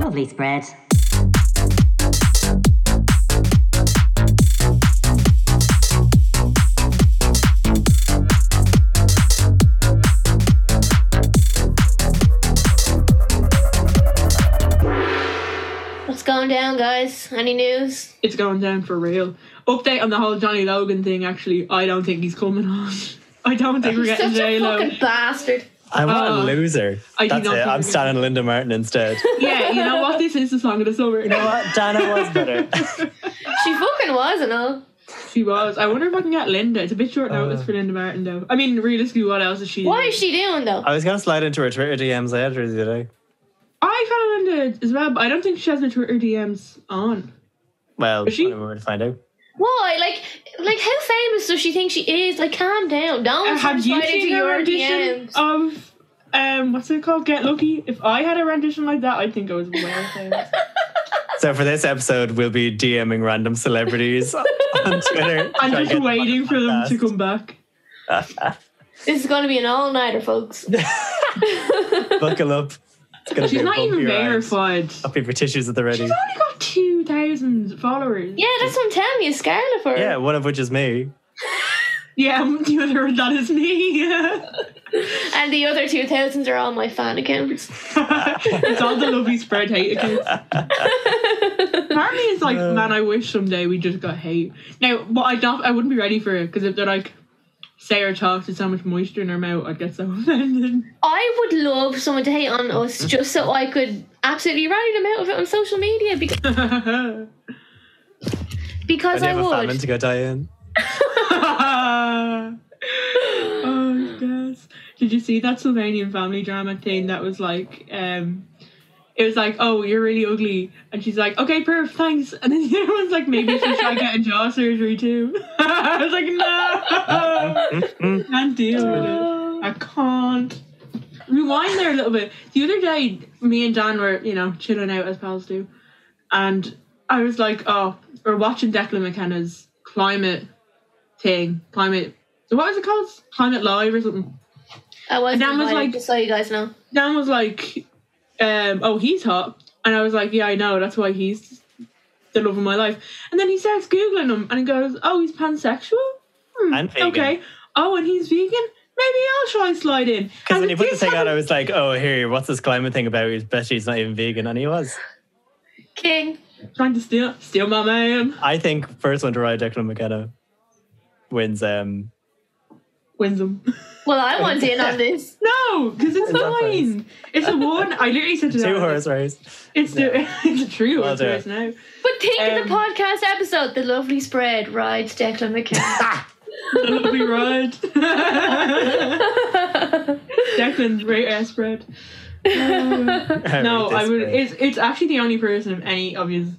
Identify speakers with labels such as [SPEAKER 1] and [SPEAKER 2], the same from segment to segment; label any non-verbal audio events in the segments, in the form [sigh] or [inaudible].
[SPEAKER 1] lovely spread.
[SPEAKER 2] What's going down, guys? Any news?
[SPEAKER 3] It's going down for real. Update on the whole Johnny Logan thing. Actually, I don't think he's coming on. [laughs] I don't think we're
[SPEAKER 2] Such
[SPEAKER 3] getting
[SPEAKER 2] a
[SPEAKER 3] J Lo.
[SPEAKER 2] fucking bastard.
[SPEAKER 4] I'm not a
[SPEAKER 3] Oh.
[SPEAKER 4] loser.
[SPEAKER 3] I do
[SPEAKER 4] That's
[SPEAKER 3] not
[SPEAKER 4] it.
[SPEAKER 3] think
[SPEAKER 4] I'm
[SPEAKER 3] we're
[SPEAKER 4] standing Linda Martin instead.
[SPEAKER 3] [laughs] Yeah, you know what? This is the song of the
[SPEAKER 2] [laughs]
[SPEAKER 3] summer.
[SPEAKER 4] you know what? Dana was better.
[SPEAKER 2] She fucking was and all.
[SPEAKER 3] She was. I wonder if I can get Linda. It's a bit short notice
[SPEAKER 4] Uh.
[SPEAKER 3] for Linda Martin, though. I mean, realistically, what else is she?
[SPEAKER 2] What is she doing though?
[SPEAKER 4] [laughs] I was gonna slide into her Twitter DMs later today.
[SPEAKER 3] I follow Linda as well, but I don't think she has her Twitter DMs on.
[SPEAKER 4] Well,
[SPEAKER 3] Is she?
[SPEAKER 4] I don't know where to find out.
[SPEAKER 2] Why? Like, like how famous does she think she is? Like, calm down. Don't
[SPEAKER 3] Uh, have you
[SPEAKER 2] slide
[SPEAKER 3] seen
[SPEAKER 2] into
[SPEAKER 3] her Oh.
[SPEAKER 2] your
[SPEAKER 3] rendition
[SPEAKER 2] DMs.
[SPEAKER 3] of um what's it called? Get Lucky. If I had a rendition like that, I think I was well
[SPEAKER 4] [laughs]
[SPEAKER 3] famous.
[SPEAKER 4] So for this episode, we'll be DMing random celebrities on Twitter.
[SPEAKER 3] I'm
[SPEAKER 4] Try
[SPEAKER 3] just
[SPEAKER 4] and get
[SPEAKER 3] waiting for them to
[SPEAKER 4] podcast.
[SPEAKER 3] come back.
[SPEAKER 2] This is going to be an all-nighter, folks.
[SPEAKER 4] [laughs] Buckle up. It's gonna
[SPEAKER 3] She's
[SPEAKER 4] be a
[SPEAKER 3] not even
[SPEAKER 4] bumpy ride.
[SPEAKER 3] verified.
[SPEAKER 4] Up your tissues at the ready.
[SPEAKER 3] She's only got two thousand followers.
[SPEAKER 2] [laughs] Yeah, that's what I'm telling you, Scarlet. For
[SPEAKER 4] Yeah, one of which is me.
[SPEAKER 3] Yeah, [laughs] the other one, that is me. [laughs]
[SPEAKER 2] and the other two thousands are all my fan
[SPEAKER 3] [laughs]
[SPEAKER 2] accounts.
[SPEAKER 3] it's all the lovely spread hate
[SPEAKER 4] [laughs]
[SPEAKER 3] accounts. Apparently, it's like,
[SPEAKER 4] Uh.
[SPEAKER 3] man, I wish someday we just got hate. Now, but I don't, I wouldn't be ready for it because if they're like, say or talks with so much moisture in her mouth, I'd get so [laughs] offended.
[SPEAKER 2] I would love someone to hate on us just so I could absolutely rally them out of it on social media because,
[SPEAKER 4] When
[SPEAKER 2] because
[SPEAKER 4] you
[SPEAKER 2] I
[SPEAKER 4] have a famine
[SPEAKER 2] would.
[SPEAKER 4] to go die in.
[SPEAKER 3] oh,
[SPEAKER 2] [gasps]
[SPEAKER 3] yes. Did you see that Sylvanian family drama thing that was like, um, it was like, oh, you're really ugly. And she's like, okay, perf, thanks. And then [laughs] the other one's like, maybe she should get a jaw surgery too. [laughs] I was like,
[SPEAKER 4] [laughs]
[SPEAKER 3] no.
[SPEAKER 4] Mm.
[SPEAKER 3] can't deal with it.
[SPEAKER 2] Oh.
[SPEAKER 3] I can't. Rewind there a little bit. The other day, me and Dan were, you know, chilling out as pals do, and I was like, "Oh, we're watching Declan McKenna's climate thing, climate. So what was it called? Climate Live or something?"
[SPEAKER 2] I was.
[SPEAKER 3] And that was like-
[SPEAKER 2] just so you guys know.
[SPEAKER 3] Dan was like, um, "Oh, he's hot," and I was like, "Yeah, I know. That's why he's the love of my life." And then he starts googling him, and he goes, "Oh, he's pansexual." Hmm,
[SPEAKER 4] And vegan.
[SPEAKER 3] Okay. Oh, and he's vegan. Maybe I'll try and slide in.
[SPEAKER 4] Because
[SPEAKER 3] And
[SPEAKER 4] when he put the
[SPEAKER 3] this
[SPEAKER 4] thing out,
[SPEAKER 3] happened-
[SPEAKER 4] I was like, oh, here, what's this climate thing about? He's bet he's not even vegan. And he was.
[SPEAKER 2] King.
[SPEAKER 3] trying to steal steal my man
[SPEAKER 4] I think first one to ride Declan McKenna wins um
[SPEAKER 3] wins them.
[SPEAKER 2] Well, I want in on this.
[SPEAKER 3] [laughs] No, because it's
[SPEAKER 4] It's not
[SPEAKER 3] mine. It's a one. I literally said to
[SPEAKER 4] [laughs] two
[SPEAKER 3] that,
[SPEAKER 4] horse race.
[SPEAKER 3] [laughs] It's the it's a true
[SPEAKER 4] Well
[SPEAKER 3] horse
[SPEAKER 4] done.
[SPEAKER 3] race now. [laughs]
[SPEAKER 2] But think of the
[SPEAKER 3] Um,
[SPEAKER 2] podcast episode, The Lovely Spread, rides Declan
[SPEAKER 3] [laughs]
[SPEAKER 2] McKenna.
[SPEAKER 3] The lovely ride. [laughs] Declan's great ass spread. No, I would. It's it's actually the only person of any of you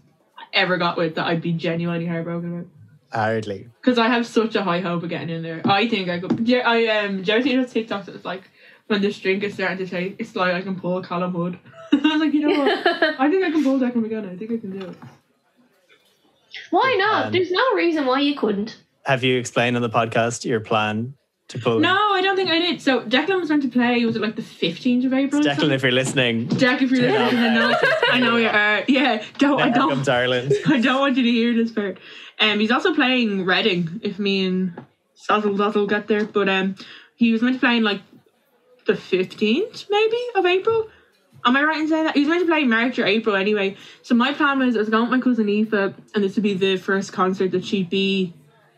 [SPEAKER 3] ever got with that I'd be genuinely heartbroken about.
[SPEAKER 4] hardly.
[SPEAKER 3] Because I have such a high hope of getting in there. I think I could. Jer- I um. Jerry seen those TikToks that's like when this drink is starting to take, it's like I can pull Callum Hood. [laughs] I was like, you know what?
[SPEAKER 4] [laughs]
[SPEAKER 3] I think I can pull Declan McGann. I think I can do it.
[SPEAKER 2] [laughs] why not?
[SPEAKER 4] Um,
[SPEAKER 2] There's no reason why you couldn't.
[SPEAKER 4] Have you explained on the podcast your plan to pull
[SPEAKER 3] No, I don't think I did. So Declan was meant to play. Was it like the fifteenth of April? or
[SPEAKER 4] Declan?
[SPEAKER 3] something?
[SPEAKER 4] If you're listening,
[SPEAKER 3] Jack, if you're
[SPEAKER 4] Turn
[SPEAKER 3] listening, I know,
[SPEAKER 4] up.
[SPEAKER 3] I know you are. Yeah, don't. I
[SPEAKER 4] welcome
[SPEAKER 3] don't. [laughs]
[SPEAKER 4] to Ireland.
[SPEAKER 3] I don't want you to hear this part. Um, he's also playing Reading. If me and Sazzle Dazzle get there, but um, he was meant to play in like the fifteenth, maybe of April. Am I right in saying that? He was meant to play in March or April anyway. So my plan was I was going with my cousin Aoife and this would be the first concert that she'd be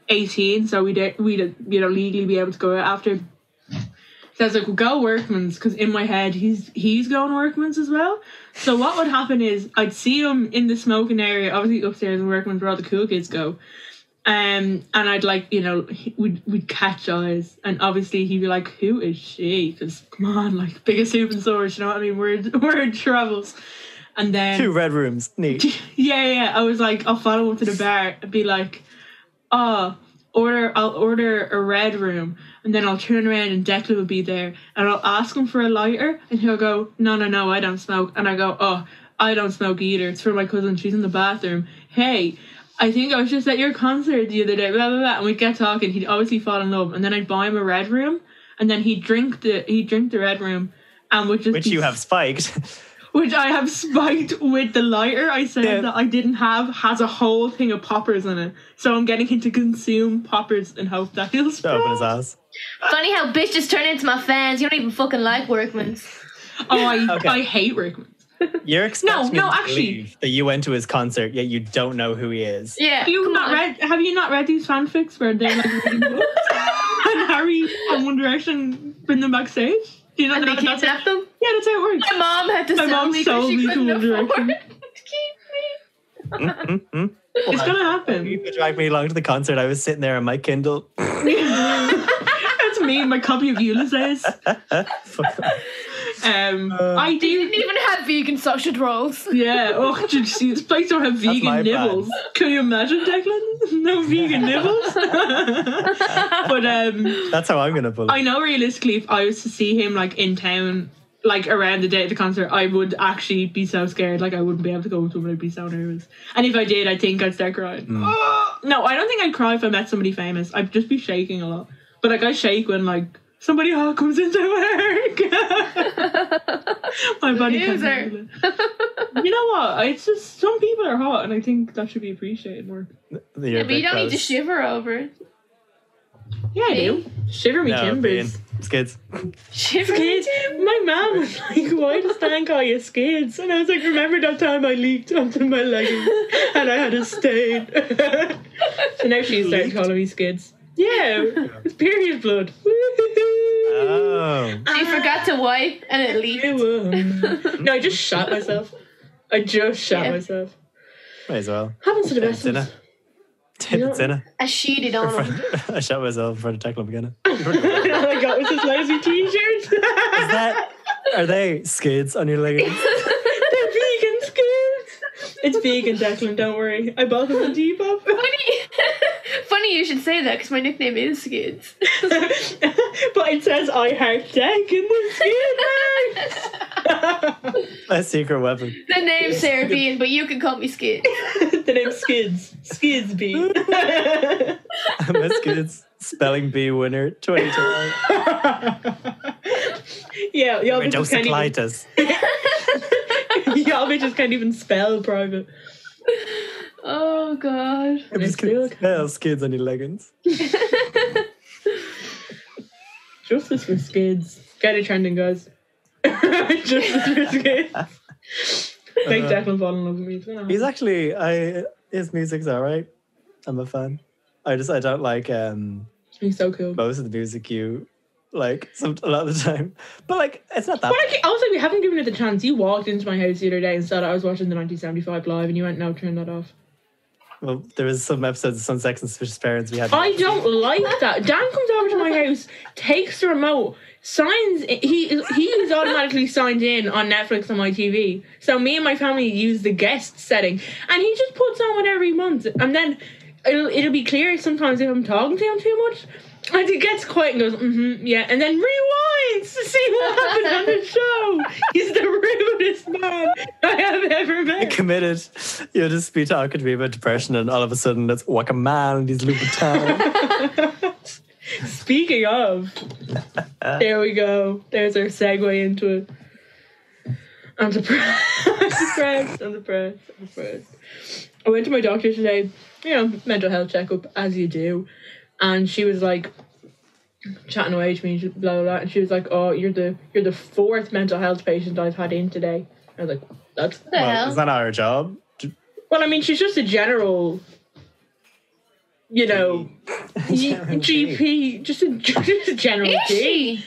[SPEAKER 3] 18, so we'd, we'd you know, legally be able to go out after. So I was like, well, go Workman's, because in my head, he's he's going Workman's as well. So what would happen is I'd see him in the smoking area, obviously upstairs in Workman's where all the cool kids go. Um, and I'd like, you know, he- we'd, we'd catch eyes, and obviously he'd be like, "Who is she?" Because come on, like biggest hoop and source, you know what I mean? [laughs] Word word travels, and then
[SPEAKER 4] Two red rooms. Neat.
[SPEAKER 3] [laughs] yeah, yeah. I was like, I'll follow him to the bar and be like, oh, order, I'll order a red room. And then I'll turn around and Declan will be there. And I'll ask him for a lighter. And he'll go, no, no, no, I don't smoke. And I go, oh, I don't smoke either. It's for my cousin. She's in the bathroom. Hey, I think I was just at your concert the other day. Blah, blah, blah. And we'd get talking. He'd obviously fall in love. And then I'd buy him a red room. And then he'd drink the, he'd drink the red room. And would just
[SPEAKER 4] Which
[SPEAKER 3] be
[SPEAKER 4] you have spiked. [laughs]
[SPEAKER 3] which I have spiked with the lighter I said
[SPEAKER 4] Yeah.
[SPEAKER 3] that I didn't have, has a whole thing of poppers in it. So I'm getting him to consume poppers and hope that he'll
[SPEAKER 4] to open his
[SPEAKER 3] sprout.
[SPEAKER 4] ass.
[SPEAKER 2] Funny how bitches turn into my fans. You don't even fucking like Workman's.
[SPEAKER 3] Oh, I,
[SPEAKER 4] Okay.
[SPEAKER 3] I hate Rickman.
[SPEAKER 4] You're
[SPEAKER 3] no,
[SPEAKER 4] expecting me to
[SPEAKER 3] actually-
[SPEAKER 4] believe that you went to his concert, yet you don't know who he is.
[SPEAKER 2] Yeah.
[SPEAKER 3] Have you
[SPEAKER 2] come
[SPEAKER 3] not
[SPEAKER 2] on.
[SPEAKER 3] read? Have you not read these fanfics where they're like reading
[SPEAKER 2] [laughs]
[SPEAKER 3] books and Harry and One Direction bring them backstage? Do you not
[SPEAKER 2] And
[SPEAKER 3] know
[SPEAKER 2] they
[SPEAKER 3] that that's how-
[SPEAKER 2] kidnap them.
[SPEAKER 3] Yeah, that's how it works.
[SPEAKER 2] My mom had to
[SPEAKER 3] My
[SPEAKER 2] sell
[SPEAKER 3] mom
[SPEAKER 2] me because
[SPEAKER 3] sold
[SPEAKER 2] she
[SPEAKER 3] me to
[SPEAKER 2] couldn't
[SPEAKER 3] One
[SPEAKER 2] afford
[SPEAKER 3] Direction.
[SPEAKER 2] [laughs] to keep
[SPEAKER 4] Mm, mm, mm.
[SPEAKER 2] Oh,
[SPEAKER 3] It's gonna happen. [laughs]
[SPEAKER 4] You could drag me along to the concert. I was sitting there on my Kindle. [laughs]
[SPEAKER 3] That's me and my copy of
[SPEAKER 2] [laughs]
[SPEAKER 3] Ulysses.
[SPEAKER 4] Fuck.
[SPEAKER 3] Um,
[SPEAKER 4] Uh,
[SPEAKER 3] I
[SPEAKER 2] me. You
[SPEAKER 3] do.
[SPEAKER 2] didn't even have vegan sausage rolls.
[SPEAKER 3] Yeah. Oh, did you see this place don't have
[SPEAKER 4] my
[SPEAKER 3] vegan
[SPEAKER 4] plan.
[SPEAKER 3] nibbles? Can you imagine, Declan? [laughs] No vegan nibbles. [laughs] but um,
[SPEAKER 4] [laughs] That's how I'm gonna pull.
[SPEAKER 3] I know realistically, if I was to see him like in town, like around the day of the concert, I would actually be so scared. Like I wouldn't be able to go with him. I'd be so nervous. And if I did, I think I'd start crying.
[SPEAKER 4] Mm.
[SPEAKER 3] Oh, [gasps] no, I don't think I'd cry if I met somebody famous. I'd just be shaking a lot. But like I shake when like somebody hot comes
[SPEAKER 2] [laughs]
[SPEAKER 3] into work. [laughs] My body can't
[SPEAKER 2] Loser.
[SPEAKER 3] handle it. [laughs] You know what? It's just some people are hot, and I think that should be appreciated more.
[SPEAKER 4] You're
[SPEAKER 2] Yeah,
[SPEAKER 4] a
[SPEAKER 2] but you
[SPEAKER 4] bit
[SPEAKER 2] don't need to
[SPEAKER 4] close.
[SPEAKER 2] shiver over it.
[SPEAKER 3] Yeah, I
[SPEAKER 2] Me?
[SPEAKER 3] do. Shiver me
[SPEAKER 4] No,
[SPEAKER 3] timbers.
[SPEAKER 4] Ian, It's kids.
[SPEAKER 2] Shiver.
[SPEAKER 3] [laughs] Kids, my mom was like, "Why does Dan call you skids?" And I was like, "Remember that time I leaked onto my leggings and I had a stain?" [laughs] so now she's starting calling me skids. Yeah, it's period blood. Woo-hoo-hoo.
[SPEAKER 4] Oh,
[SPEAKER 2] She forgot to wipe and it leaked. [laughs]
[SPEAKER 3] You woman. [laughs] no, I just shot myself. I just shot
[SPEAKER 2] Yeah.
[SPEAKER 3] myself.
[SPEAKER 4] might as well.
[SPEAKER 3] Happens to the best of
[SPEAKER 4] Dinner.
[SPEAKER 3] us.
[SPEAKER 4] Dinner. Dinner.
[SPEAKER 3] [laughs]
[SPEAKER 2] I sheeted
[SPEAKER 4] In
[SPEAKER 2] on him.
[SPEAKER 4] front- [laughs] I shot myself in front of Declan McGinnis.
[SPEAKER 3] [laughs] All I got was oh, this lazy T-shirt.
[SPEAKER 4] Is that? Are they skids on
[SPEAKER 3] [laughs]
[SPEAKER 4] your leggings?
[SPEAKER 3] [laughs] They're vegan skids. It's vegan, Declan. Don't worry. I bought them on Depop.
[SPEAKER 2] [laughs] Funny, [laughs] funny you should say that because my nickname is [laughs] Skids.
[SPEAKER 3] [laughs] but it says I heart deck in the
[SPEAKER 4] My secret weapon. [laughs]
[SPEAKER 2] the name's Sarah Bean, but you can call me Skid.
[SPEAKER 3] skin. [laughs] the name Skids. Skids B.
[SPEAKER 4] My skids. Spelling bee winner 2020.
[SPEAKER 3] [laughs] yeah, y'all
[SPEAKER 4] By
[SPEAKER 3] bitches,
[SPEAKER 4] Joseph
[SPEAKER 3] can't even,
[SPEAKER 4] Clitus.
[SPEAKER 3] [laughs] y'all bitches can't even spell private.
[SPEAKER 2] Oh god. [laughs]
[SPEAKER 4] I'm just
[SPEAKER 3] Let's
[SPEAKER 4] gonna
[SPEAKER 3] look.
[SPEAKER 4] spell skids on your leggings.
[SPEAKER 3] Justice for Skids. Get it trending, guys. [laughs] Justice for Skids. Make
[SPEAKER 4] Uh,
[SPEAKER 3] Declan fall in love with me. It's gonna happen.
[SPEAKER 4] He's actually I his music's alright. I'm a fan. I just I don't like um
[SPEAKER 3] He's so cool.
[SPEAKER 4] most of the music you like some a lot of the time. But like it's not that
[SPEAKER 3] But I can- also, we haven't given it the chance. You walked into my house the other day and said I was watching the 1975 live, and you went, "No, turn that off."
[SPEAKER 4] well there was some episodes of Sun Sex and Suspicious Parents we had
[SPEAKER 3] I don't like that. Dan comes over to my house, takes the remote, signs. He is he is automatically signed in on Netflix on my TV. So me and my family use the guest setting, and he just puts on whatever he wants. And then it'll it'll be clear sometimes if I'm talking to him too much. And he gets quiet and goes, mm-hmm, yeah, and then rewinds to see what happened on the show. He's the rudest man I have ever met.
[SPEAKER 4] committed. You'll just be talking to me about depression and all of a sudden it's walk a man and he's Louboutin.
[SPEAKER 3] [laughs] Speaking of, there we go. There's our segue into it. I'm [laughs] depressed. I'm depressed. I'm depressed. I'm depressed. I went to my doctor today, you know, mental health checkup, as you do. And she was like, chatting away to me, she- blah, blah, blah. And she was like, oh, you're the, you're the fourth mental health patient I've had in today. I was like, that's
[SPEAKER 2] What the
[SPEAKER 4] well,
[SPEAKER 2] hell?
[SPEAKER 4] it's not our job. [laughs]
[SPEAKER 3] well, I mean, she's just a general, you know,
[SPEAKER 4] [laughs] General
[SPEAKER 3] GP, just a, [laughs] just a general
[SPEAKER 2] is
[SPEAKER 3] G.
[SPEAKER 2] she?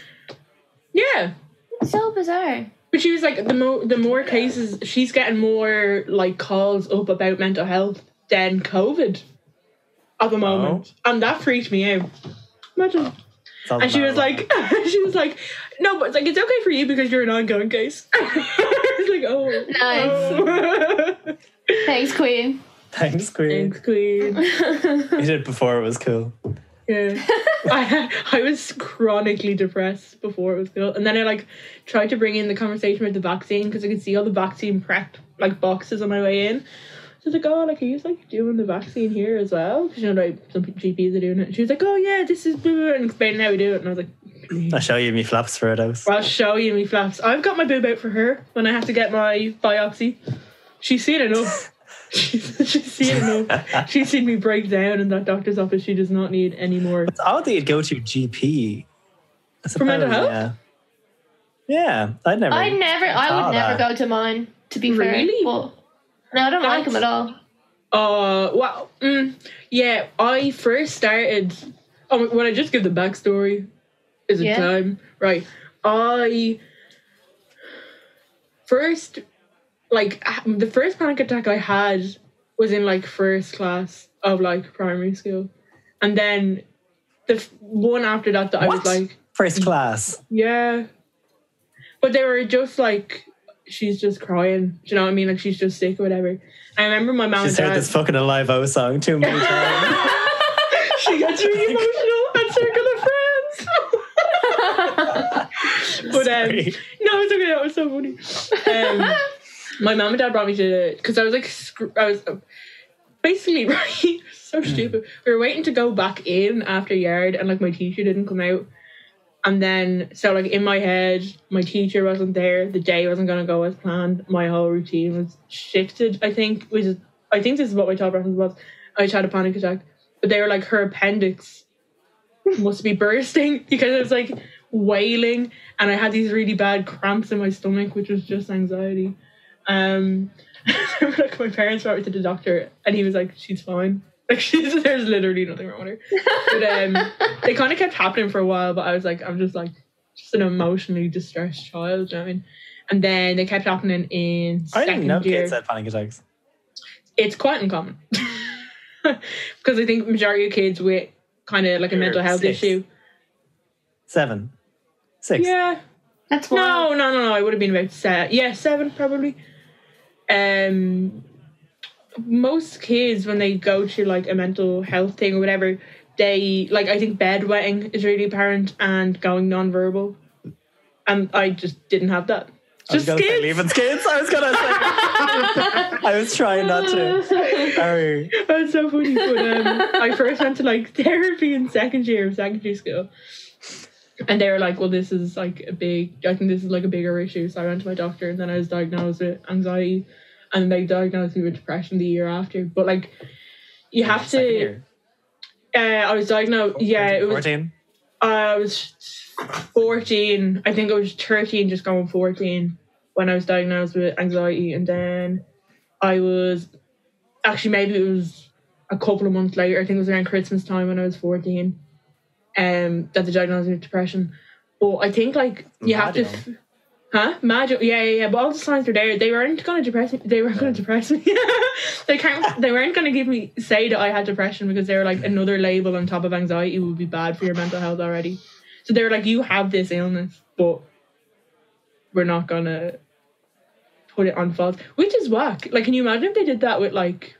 [SPEAKER 3] Yeah,
[SPEAKER 2] So bizarre.
[SPEAKER 3] but she was like, the more the more cases, she's getting more like calls up about mental health than COVID at the moment, and that freaked me out. Imagine.
[SPEAKER 4] It's all
[SPEAKER 3] and she was
[SPEAKER 4] about-
[SPEAKER 3] like, [laughs] she was like, no, but it's like it's okay for you because you're an ongoing case. [laughs] it's like, oh,
[SPEAKER 2] Nice.
[SPEAKER 3] oh.
[SPEAKER 2] Thanks, Queen.
[SPEAKER 4] Thanks, Queen.
[SPEAKER 3] [laughs] Thanks, Queen.
[SPEAKER 4] You did it before it was cool.
[SPEAKER 3] Yeah. I, I was chronically depressed before it was built. And then I like tried to bring in the conversation with the vaccine because I could see all the vaccine prep like boxes on my way in. So I was like, oh, like, are you like doing the vaccine here as well? Because you know, like some GPs are doing it. And she was like, oh, yeah, this is blah, blah, blah, and explaining how we do it. And I was like,
[SPEAKER 4] I'll show you me flaps for those.
[SPEAKER 3] I'll show you me flaps. I've got my boob out for her when I have to get my biopsy. She's seen enough. [laughs] She's, she's seen enough. She's seen me break down in that doctor's office. She does not need any more.
[SPEAKER 4] It's odd that you'd go to GP. I
[SPEAKER 3] For mental
[SPEAKER 4] suppose,
[SPEAKER 3] health?
[SPEAKER 4] Yeah. yeah, I'd never.
[SPEAKER 2] I never, I
[SPEAKER 4] Ah,
[SPEAKER 2] would never
[SPEAKER 4] that.
[SPEAKER 2] go to mine. To be
[SPEAKER 3] Really?
[SPEAKER 2] fair, Well, no, I don't 'em like them at all.
[SPEAKER 3] Uh, wow. Mm, yeah, I first started. Oh, when I just give the backstory, is it
[SPEAKER 2] Yeah.
[SPEAKER 3] time? Right. I first, like, ah, the first panic attack I had was in like first class of like primary school, and then the f- one after that that I was
[SPEAKER 4] What?
[SPEAKER 3] like,
[SPEAKER 4] First class.
[SPEAKER 3] yeah. But they were just like, she's just crying. Do you know what I mean? Like she's just sick or whatever. I remember my mom. and
[SPEAKER 4] She's heard
[SPEAKER 3] dad-
[SPEAKER 4] this fucking Alive O song
[SPEAKER 3] [laughs]
[SPEAKER 4] too many times.
[SPEAKER 3] she gets really emotional at Circle of Friends. [laughs] but um,
[SPEAKER 4] Sorry.
[SPEAKER 3] no, it's okay. That was so funny. Um, my mom and dad brought me to because I was like, sc- I was um, basically [laughs] right. so stupid. We were waiting to go back in after yard, and like my teacher didn't come out. And then, so like in my head, my teacher wasn't there. The day wasn't gonna go as planned. My whole routine was shifted. I think which is, I think this is what my top reference was. I just had a panic attack, but they were like her appendix must be bursting [laughs] because it was like wailing, and I had these really bad cramps in my stomach, which was just anxiety. Um, [laughs] I remember, like my parents brought me to the doctor, and he was like, "She's fine. [laughs] Like she's there's literally nothing wrong with her." But um, they kind of kept happening for a while, but I was like, I'm just like just an emotionally distressed child. do You know what I mean? And then they kept happening in
[SPEAKER 4] I
[SPEAKER 3] second
[SPEAKER 4] didn't know
[SPEAKER 3] year
[SPEAKER 4] kids had panic attacks.
[SPEAKER 3] it's quite uncommon [laughs] because I think majority of kids with kind of like a
[SPEAKER 4] Sure,
[SPEAKER 3] mental health
[SPEAKER 4] six.
[SPEAKER 3] issue.
[SPEAKER 4] Seven. Six.
[SPEAKER 3] Yeah,
[SPEAKER 2] That's
[SPEAKER 3] no,
[SPEAKER 2] wild.
[SPEAKER 3] no, no, no. I would have been about seven. Yeah, seven probably. Um, most kids when they go to like a mental health thing or whatever, they like I think bedwetting is really apparent and going nonverbal, and I just didn't have that.
[SPEAKER 4] I was
[SPEAKER 3] Just
[SPEAKER 4] gonna say
[SPEAKER 3] kids.
[SPEAKER 4] leaving kids. I was gonna say.
[SPEAKER 2] [laughs]
[SPEAKER 4] I was trying
[SPEAKER 3] [laughs]
[SPEAKER 4] not to. Oh, Sorry.
[SPEAKER 3] That's so funny. But um, I first went to like [laughs] therapy in second year of secondary school. And they were like, well, this is like a big, I think this is like a bigger issue. So I went to my doctor and then I was diagnosed with anxiety. And they diagnosed me with depression the year after. But like, you have
[SPEAKER 4] Second
[SPEAKER 3] to,
[SPEAKER 4] year. Oh,
[SPEAKER 3] uh, I was diagnosed, yeah, it was, uh,
[SPEAKER 4] Fourteen.
[SPEAKER 3] I was 14. I think I was 13, just going 14 when I was diagnosed with anxiety. And then I was actually, maybe it was a couple of months later, I think it was around Christmas time when I was 14, um, that they diagnosed me with depression. But I think, like, you have to. F- Huh? Magic. Yeah, yeah, yeah. But all the signs were there. They weren't going to depress me. They weren't going to depress me. [laughs] they can't. They weren't going to give me say that I had depression because they were like another label on top of anxiety would be bad for your mental health already. So they were like, you have this illness, but we're not gonna put it on false, which is whack. Like, can you imagine if they did that with like,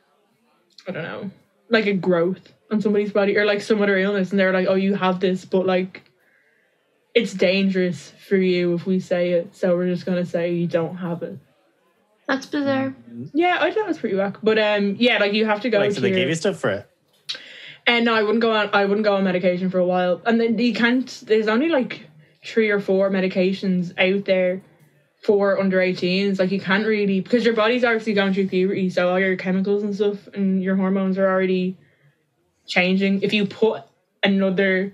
[SPEAKER 3] I don't know, like a growth on somebody's body or like some other illness, and they're like, oh, you have this, but like it's dangerous for you if we say it, so we're just gonna say you don't have it.
[SPEAKER 2] That's bizarre.
[SPEAKER 3] Yeah, I thought it was pretty whack. But um yeah, like you have to go
[SPEAKER 4] Like,
[SPEAKER 3] to
[SPEAKER 4] so they
[SPEAKER 3] your-
[SPEAKER 4] gave you stuff for it.
[SPEAKER 3] and no, I wouldn't go on I wouldn't go on medication for a while. And then you can't there's only like three or four medications out there for under 18s. Like you can't really because your body's obviously going through puberty, so all your chemicals and stuff and your hormones are already changing. If you put another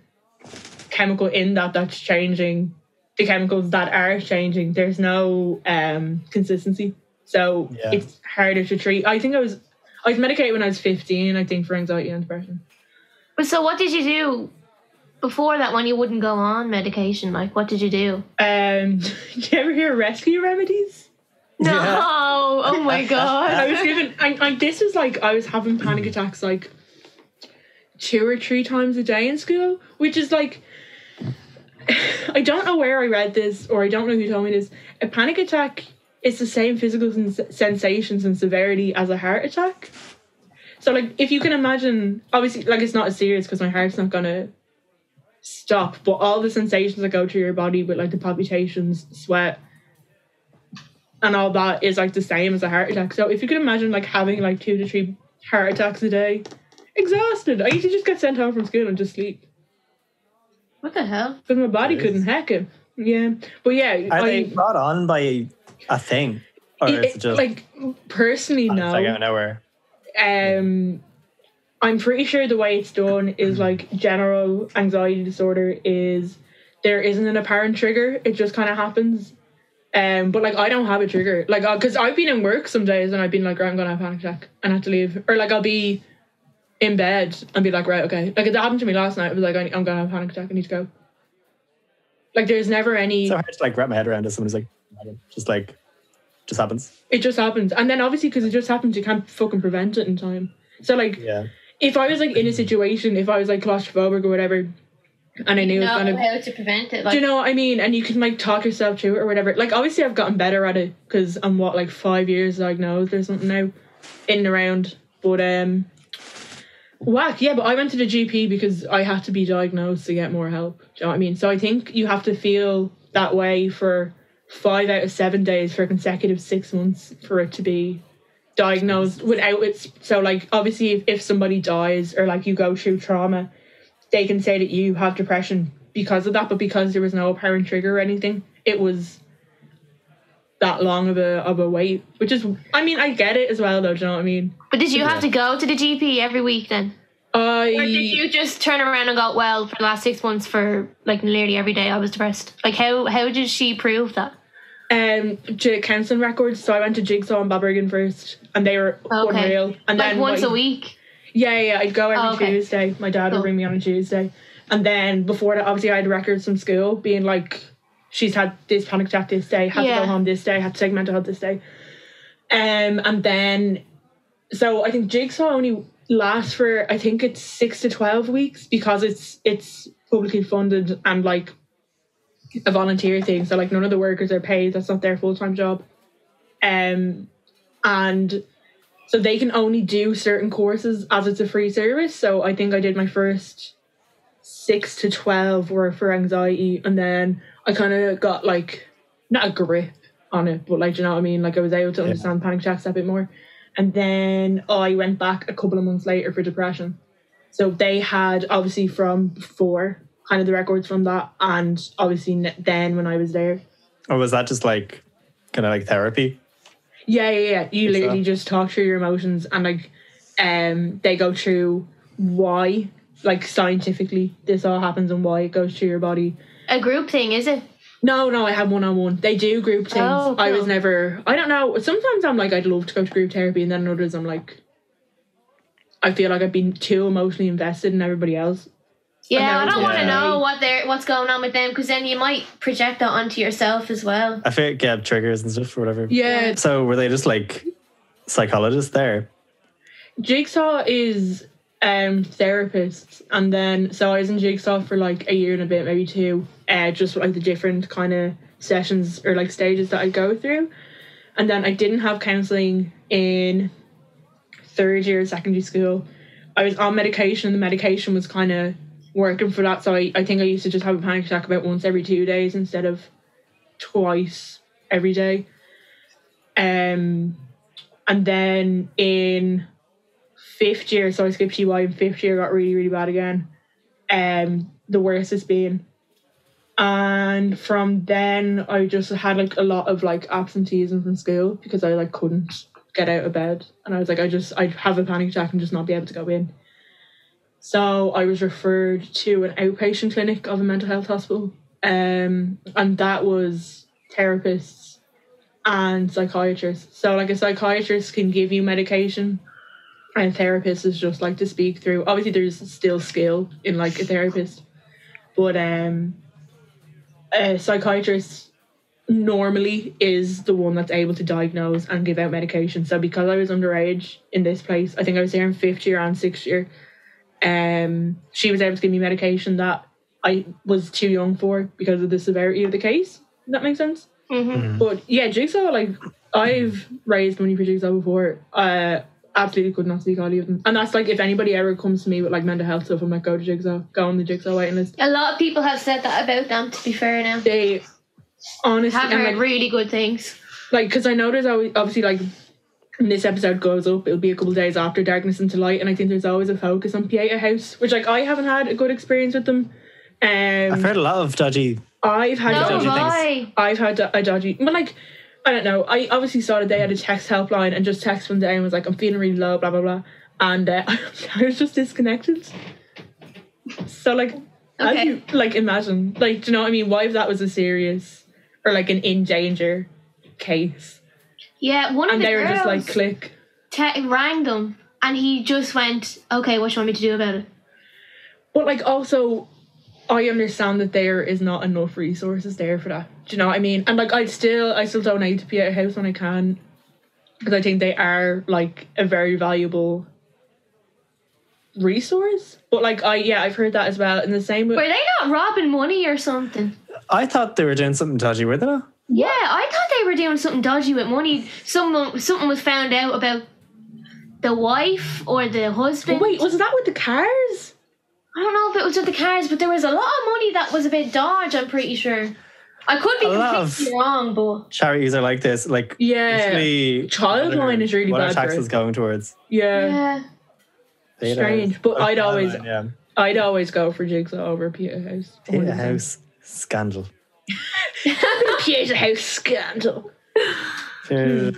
[SPEAKER 3] chemical in that that's changing the chemicals that are changing, there's no um consistency. So
[SPEAKER 4] Yeah.
[SPEAKER 3] it's harder to treat. I think I was I was medicated when I was 15, I think, for anxiety and depression.
[SPEAKER 2] But so, what did you do before that when you wouldn't go on medication? Like, what did you do?
[SPEAKER 3] Um, [laughs] do you ever hear rescue remedies?
[SPEAKER 2] No.
[SPEAKER 4] Yeah.
[SPEAKER 2] Oh [laughs] my
[SPEAKER 3] I
[SPEAKER 2] god.
[SPEAKER 3] was given, I, I, this was like, I was having panic attacks like two or three times a day in school, which is like, [sighs] I don't know where I read this or I don't know who told me this. A panic attack is the same physical sen- sensations and severity as a heart attack. So, like, if you can imagine, obviously, like, it's not as serious because my heart's not gonna stop, but all the sensations that go through your body with like the palpitations, sweat, and all that is like the same as a heart attack. So if you can imagine like having like two to three heart attacks a day, exhausted. I used to just get sent home from school and just sleep.
[SPEAKER 2] What the hell?
[SPEAKER 3] Because my body couldn't hack him. Yeah. But yeah, I,
[SPEAKER 4] Are they brought on by a thing? Or
[SPEAKER 3] it-
[SPEAKER 4] is it just
[SPEAKER 3] like personally
[SPEAKER 4] it's like
[SPEAKER 3] no.
[SPEAKER 4] out of nowhere?
[SPEAKER 3] Um I'm pretty sure the way it's done is like general anxiety disorder is there isn't an apparent trigger. It just kind of happens. Um, but like I don't have a trigger, like because I've been in work some days and I've been like, right, I'm gonna have a panic attack and I have to leave, or like I'll be in bed and be like, right, okay, like it happened to me last night. It was like, I- I'm gonna have a panic attack. I need to go. Like there's never any.
[SPEAKER 4] It's so hard to like wrap my head around as someone's like just like just happens.
[SPEAKER 3] It just happens, and then obviously because it just happens, you can't fucking prevent it in time. So like,
[SPEAKER 4] Yeah.
[SPEAKER 3] if I was like in a situation, if I was like claustrophobic or whatever, and I knew
[SPEAKER 2] You
[SPEAKER 3] it was
[SPEAKER 2] know
[SPEAKER 3] gonna
[SPEAKER 2] how to prevent it. Like,
[SPEAKER 3] Do you know what I mean? And you can like talk yourself to it or whatever. Like obviously I've gotten better at it because I'm what like five years diagnosed or something now, in and around. But um, whack yeah. But I went to the GP because I had to be diagnosed to get more help. Do you know what I mean? So I think you have to feel that way for five out of seven days for a consecutive six months for it to be diagnosed without it's so like obviously if, if somebody dies or like you go through trauma they can say that you have depression because of that, but because there was no apparent trigger or anything, it was that long of a of a wait. Which is, I mean, I get it as well, though. Do you know what I mean?
[SPEAKER 2] but did you have to go to the GP every week then, or did
[SPEAKER 3] I
[SPEAKER 2] you just turn around and go, "Well, for the last six months, for like nearly every day, I was depressed." Like, how how did she prove that?
[SPEAKER 3] um to counseling records, so I went to Jigsaw and Babergan first, and they were
[SPEAKER 2] Okay.
[SPEAKER 3] unreal. And
[SPEAKER 2] Like
[SPEAKER 3] then
[SPEAKER 2] once
[SPEAKER 3] like-
[SPEAKER 2] a week.
[SPEAKER 3] Yeah, yeah, I'd go every
[SPEAKER 2] Oh, okay.
[SPEAKER 3] Tuesday. My dad would
[SPEAKER 2] Cool.
[SPEAKER 3] bring me on a Tuesday. And then before that, obviously, I had records from school being like, she's had this panic attack this day, had to
[SPEAKER 2] Yeah.
[SPEAKER 3] go home this day, had to take mental health this day. Um, and then, so I think Jigsaw only lasts for, I think it's six to 12 weeks because it's it's publicly funded and like a volunteer thing. So, like, none of the workers are paid. That's not their full time job. Um, and so they can only do certain courses as it's a free service. So I think I did my first six to twelve were for anxiety, and then I kind of got like not a grip on it, but like do you know what I mean. Like I was able to understand panic attacks a bit more, and then I went back a couple of months later for depression. So they had obviously from before kind of the records from that, and obviously ne- then when I was there.
[SPEAKER 4] Or was that just like kind of like therapy?
[SPEAKER 3] Yeah, yeah, yeah. You
[SPEAKER 4] It's
[SPEAKER 3] literally
[SPEAKER 4] a-
[SPEAKER 3] just talk through your emotions and like um they go through why, like scientifically this all happens and why it goes through your body.
[SPEAKER 2] A group thing, is it?
[SPEAKER 3] No, no, I had one on one. They do group things.
[SPEAKER 2] Oh,
[SPEAKER 3] I was
[SPEAKER 2] cool.
[SPEAKER 3] never I don't know. Sometimes I'm like I'd love to go to group therapy and then others I'm like I feel like I've been too emotionally invested in everybody else.
[SPEAKER 2] Yeah, I
[SPEAKER 3] And
[SPEAKER 2] don't want to
[SPEAKER 4] everything.
[SPEAKER 2] know what they're what's going on with them because then you might project that onto yourself as well.
[SPEAKER 4] I feel like yeah, triggers and stuff or whatever.
[SPEAKER 3] Yeah,
[SPEAKER 4] So were they just like psychologists there?
[SPEAKER 3] Jigsaw is um therapists and then so I was in Jigsaw for like a year and a bit, maybe two, uh just like the different kind of sessions or like stages that I go through. And then I didn't have counselling in third year of secondary school. I was on medication and the medication was kinda working for that. So I, I think I used to just have a panic attack about once every two days instead of twice every day. Um and then in fifth year, so I skipped GY in fifth year, got really, really bad again. Um, the worst it's been. And from then, I just had like a lot of like absenteeism from school because I like couldn't get out of bed, and I was like, I just I'd have a panic attack and just not be able to go in. So I was referred to an outpatient clinic of a mental health hospital, um, and that was therapists and psychiatrists. So like a psychiatrist can give you medication and therapist is just like to speak through. Obviously, there's still skill in like a therapist, but um, a psychiatrist normally is the one that's able to diagnose and give out medication. So because I was underage in this place, I think I was there in fifth year and sixth year. Um, she was able to give me medication that I was too young for because of the severity of the case. Does that make sense?
[SPEAKER 2] Mm-hmm.
[SPEAKER 3] But yeah, Jigsaw, like I've raised money for Jigsaw before. Uh absolutely could not speak highly of them. And that's like if anybody ever comes to me with like mental health stuff, I'm like, go to Jigsaw, go on the Jigsaw waiting list.
[SPEAKER 2] A lot of people have said that about them. To be fair, now
[SPEAKER 3] They honestly
[SPEAKER 2] have
[SPEAKER 3] and,
[SPEAKER 2] heard
[SPEAKER 3] like-
[SPEAKER 2] really good things.
[SPEAKER 3] like because I know there's always obviously like when this episode goes up, it'll be a couple days after Darkness into Light, and I think there's always a focus on Pieta House, which like I haven't had a good experience with them. Um,
[SPEAKER 4] I've heard a lot of dodgy.
[SPEAKER 3] I've had
[SPEAKER 2] No,
[SPEAKER 4] dodgy
[SPEAKER 2] why?
[SPEAKER 4] things.
[SPEAKER 3] I've had a dodgy, but like, I don't know. I obviously saw that they had a text helpline and just text one day and was like, I'm feeling really low, blah, blah, blah. And uh, [laughs] I was just disconnected. So, like, as
[SPEAKER 2] Okay.
[SPEAKER 3] you, like, imagine, like, do you know what I mean? Why if that was a serious or like an in danger case?
[SPEAKER 2] Yeah, one of
[SPEAKER 3] And
[SPEAKER 2] the
[SPEAKER 3] they were
[SPEAKER 2] girls
[SPEAKER 3] just like, click.
[SPEAKER 2] te- rang them, and he just went, "Okay, what do you want me to do about it?"
[SPEAKER 3] But, like, also, I understand that there is not enough resources there for that. Do you know what I mean? And, like, I still, I still donate to Peter House when I can. because I think they are like a very valuable resource. But like I yeah, I've heard that as well. In the same
[SPEAKER 2] Were
[SPEAKER 3] way,
[SPEAKER 2] they not robbing money or something?
[SPEAKER 4] I thought they were doing something dodgy, were they? not?
[SPEAKER 2] Yeah, I thought they were doing something dodgy with money. Someone, something was found out about the wife or the husband.
[SPEAKER 3] wait, was that with the cars?
[SPEAKER 2] I don't know if it was with the cars, but there was a lot of money that was a bit dodge. I'm pretty sure. I could be
[SPEAKER 4] A lot of-
[SPEAKER 2] completely wrong, but
[SPEAKER 4] Charities are like this. Like,
[SPEAKER 3] Yeah,
[SPEAKER 4] basically,
[SPEAKER 3] Child
[SPEAKER 4] what are-
[SPEAKER 3] line is really
[SPEAKER 4] what
[SPEAKER 3] bad
[SPEAKER 4] Are
[SPEAKER 3] for
[SPEAKER 4] taxes
[SPEAKER 3] it.
[SPEAKER 4] going towards?
[SPEAKER 3] yeah.
[SPEAKER 2] yeah.
[SPEAKER 4] Peter
[SPEAKER 3] Strange,
[SPEAKER 4] House.
[SPEAKER 3] but I'd
[SPEAKER 4] Child
[SPEAKER 3] always-
[SPEAKER 4] line, yeah.
[SPEAKER 3] I'd always go for Jigsaw over Peter House. [laughs]
[SPEAKER 4] Peter House scandal.
[SPEAKER 3] Peter House scandal.
[SPEAKER 4] Peter-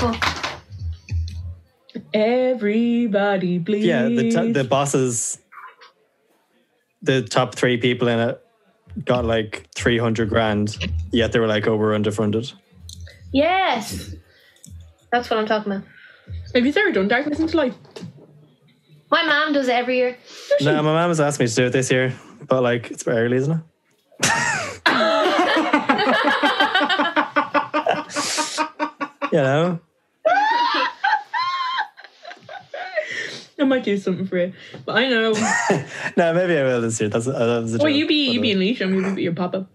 [SPEAKER 2] But
[SPEAKER 3] Everybody bleeds.
[SPEAKER 4] yeah, the t- the bosses, the top three people in it got like three hundred grand. Yet they were like, "Oh, we're underfunded."
[SPEAKER 2] yes, that's what I'm talking about.
[SPEAKER 3] Have you ever done Darkness into Light?
[SPEAKER 2] My mom does it every year.
[SPEAKER 3] [laughs]
[SPEAKER 4] No, my mom has asked me to do it this year, but like it's a bit early, isn't it?
[SPEAKER 3] [laughs]
[SPEAKER 4] you know,
[SPEAKER 3] I might do something for it, but I know.
[SPEAKER 4] no, maybe I will this year. That's, uh, that was a
[SPEAKER 3] well,
[SPEAKER 4] joke,
[SPEAKER 3] you be
[SPEAKER 4] by
[SPEAKER 3] you
[SPEAKER 4] the
[SPEAKER 3] be
[SPEAKER 4] way.
[SPEAKER 3] in Leash and we'll be your pop up.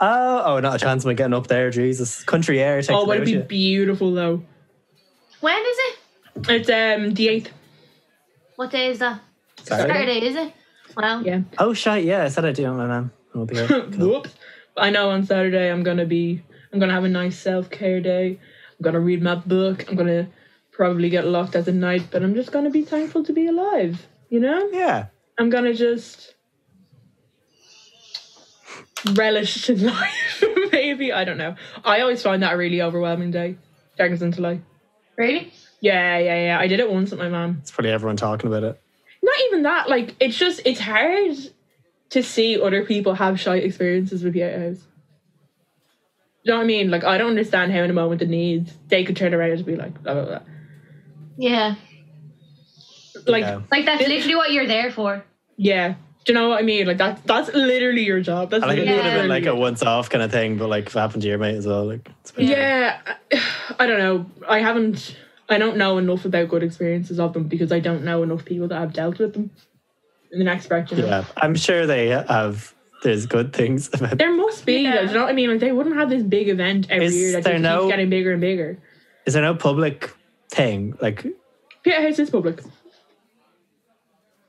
[SPEAKER 4] Oh, oh, not a chance of me getting up there. Jesus, country air. Takes
[SPEAKER 3] Oh,
[SPEAKER 4] oh,
[SPEAKER 3] but
[SPEAKER 4] what
[SPEAKER 3] it'd be beautiful though.
[SPEAKER 2] When is it?
[SPEAKER 3] It's um the eighth.
[SPEAKER 2] What day is that?
[SPEAKER 4] Sorry.
[SPEAKER 2] Saturday, is it? Wow.
[SPEAKER 3] Yeah.
[SPEAKER 4] Oh shit! Yeah, I said I'd do it, with my mom. I'll be there. Cool.
[SPEAKER 3] [laughs] Whoops. I know on Saturday I'm gonna be I'm gonna have a nice self care day. I'm gonna read my book. I'm gonna probably get locked at the night, but I'm just gonna be thankful to be alive. You know?
[SPEAKER 4] yeah,
[SPEAKER 3] I'm gonna just relish [laughs] in life, maybe. I don't know. I always find that a really overwhelming day. Dragons into life.
[SPEAKER 2] Really?
[SPEAKER 3] Yeah, yeah, yeah. I did it once with my mum.
[SPEAKER 4] it's probably everyone talking about it.
[SPEAKER 3] Not even that, like it's just it's hard to see other people have shy experiences with your house. You know what I mean? Like, I don't understand how in a moment of need they could turn around and be like, blah, blah, blah.
[SPEAKER 2] Yeah.
[SPEAKER 3] Like,
[SPEAKER 4] Yeah.
[SPEAKER 2] Like that's literally what you're there for.
[SPEAKER 3] yeah. Do you know what I mean? Like, that, that's literally your job. That's
[SPEAKER 4] I think it would have
[SPEAKER 2] Yeah.
[SPEAKER 4] been like a
[SPEAKER 3] literally-
[SPEAKER 4] once-off kind of thing, but like if it happened to your mate as well, like it's a bit-
[SPEAKER 3] Yeah. I don't know. I haven't, I don't know enough about good experiences of them because I don't know enough people that have dealt with them in the next part. You know?
[SPEAKER 4] yeah. I'm sure they have. There's good things [laughs] about.
[SPEAKER 3] There must be, though. Do you know what I mean? Like, they wouldn't have this big event every
[SPEAKER 4] Is
[SPEAKER 3] year that
[SPEAKER 4] there
[SPEAKER 3] just keeps
[SPEAKER 4] no-
[SPEAKER 3] getting bigger and bigger.
[SPEAKER 4] Is there no public thing like?
[SPEAKER 3] Peter House is public.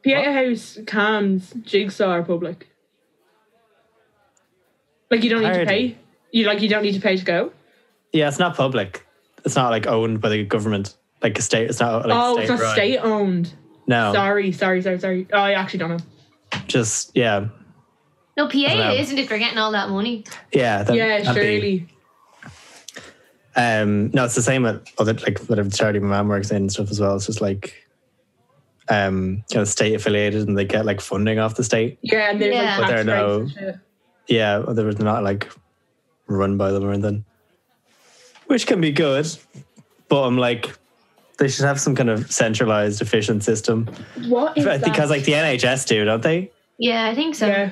[SPEAKER 3] Peter House, Cams, Jigsaw are public. Like you don't need to
[SPEAKER 4] Parody.
[SPEAKER 3] pay. You like you don't need to pay to go.
[SPEAKER 4] Yeah, it's not public. It's not like owned by the government, like a state. It's not like Oh.
[SPEAKER 3] oh,
[SPEAKER 4] state
[SPEAKER 3] it's not
[SPEAKER 4] run.
[SPEAKER 3] state owned.
[SPEAKER 4] No,
[SPEAKER 3] Sorry, sorry, sorry, sorry. Oh, I actually don't know.
[SPEAKER 4] just yeah,
[SPEAKER 2] No, PA
[SPEAKER 4] Hello.
[SPEAKER 2] it isn't if they're getting all that money.
[SPEAKER 4] yeah. that-
[SPEAKER 3] yeah,
[SPEAKER 4] that'd be-
[SPEAKER 3] surely.
[SPEAKER 4] um no it's the same at other like whatever charity my mom works in and stuff as well it's just like um kind of state affiliated and they get like funding off the state
[SPEAKER 3] Yeah, and there's
[SPEAKER 2] Yeah.
[SPEAKER 3] like
[SPEAKER 2] But
[SPEAKER 4] there
[SPEAKER 3] tax
[SPEAKER 4] are no-
[SPEAKER 3] breaks and shit.
[SPEAKER 4] yeah they were not like run by them or anything which can be good but i'm like they should have some kind of centralized efficient system
[SPEAKER 3] What is that?
[SPEAKER 4] because like the nhs do don't they
[SPEAKER 2] Yeah, I think so.
[SPEAKER 3] yeah.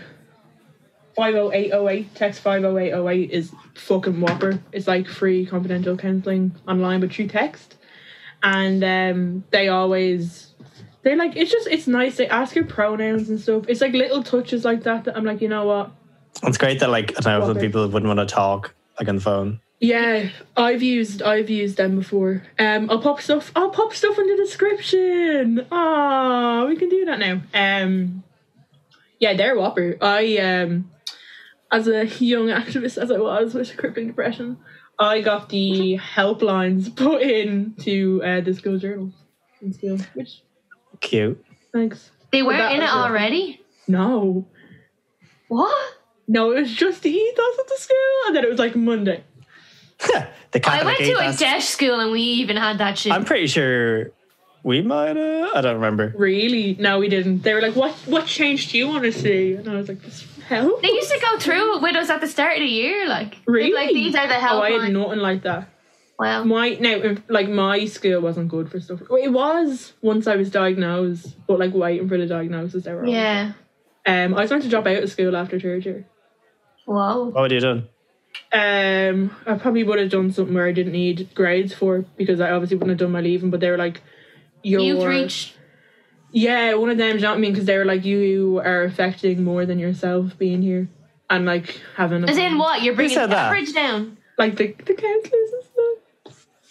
[SPEAKER 3] 50808, text 50808 is fucking whopper. It's like free confidential counselling online, but through text. And um, they always, they're like, it's just, it's nice. They ask your pronouns and stuff. It's like little touches like that that I'm like, you know what?
[SPEAKER 4] it's great that like i don't know
[SPEAKER 3] Well,
[SPEAKER 4] some
[SPEAKER 3] they-
[SPEAKER 4] people wouldn't want to talk like on the phone
[SPEAKER 3] Yeah, I've used I've used them before. Um, I'll pop stuff I'll pop stuff in the description. Ah, we can do that now. Um, yeah, they're whopper. I um, as a young activist as I was with crippling depression, I got the helplines put in to uh, the school journals in school. Which
[SPEAKER 4] cute [laughs]
[SPEAKER 3] thanks.
[SPEAKER 2] They were
[SPEAKER 3] that
[SPEAKER 2] in it
[SPEAKER 3] was it.
[SPEAKER 2] already.
[SPEAKER 3] No,
[SPEAKER 2] What?
[SPEAKER 3] No, it was just the ethos of the school, and then it was like Monday.
[SPEAKER 4] the
[SPEAKER 2] I
[SPEAKER 4] Catholic
[SPEAKER 2] went to a
[SPEAKER 4] ethos.
[SPEAKER 2] deaf school and we even had that shit.
[SPEAKER 4] I'm pretty sure we might have. I don't remember.
[SPEAKER 3] Really? No, we didn't. They were like, "What? What change do you want to see?" And I was like, "This hell."
[SPEAKER 2] they used to go through it with us at the start of the year, like they'd be
[SPEAKER 3] Really?
[SPEAKER 2] like these are the
[SPEAKER 3] Oh, I
[SPEAKER 2] helplines.
[SPEAKER 3] had nothing like that.
[SPEAKER 2] well,
[SPEAKER 3] My now, in- like my school wasn't good for stuff. Well, it was once I was diagnosed, but like waiting for the diagnosis, they were. all-
[SPEAKER 2] yeah.
[SPEAKER 3] Um, I was going to drop out of school after third year.
[SPEAKER 2] Whoa.
[SPEAKER 4] What would you done?
[SPEAKER 3] Um, I probably would have done something where I didn't need grades for because I obviously wouldn't have done my leaving. But they were like, "You're
[SPEAKER 2] You've reached.
[SPEAKER 3] yeah, one of them." do You know what I mean? Because they were like, "You are affecting more than yourself being here." And like having a
[SPEAKER 2] As in what? You're bringing
[SPEAKER 4] said
[SPEAKER 2] the
[SPEAKER 4] that?
[SPEAKER 2] average down.
[SPEAKER 3] like the the counselors and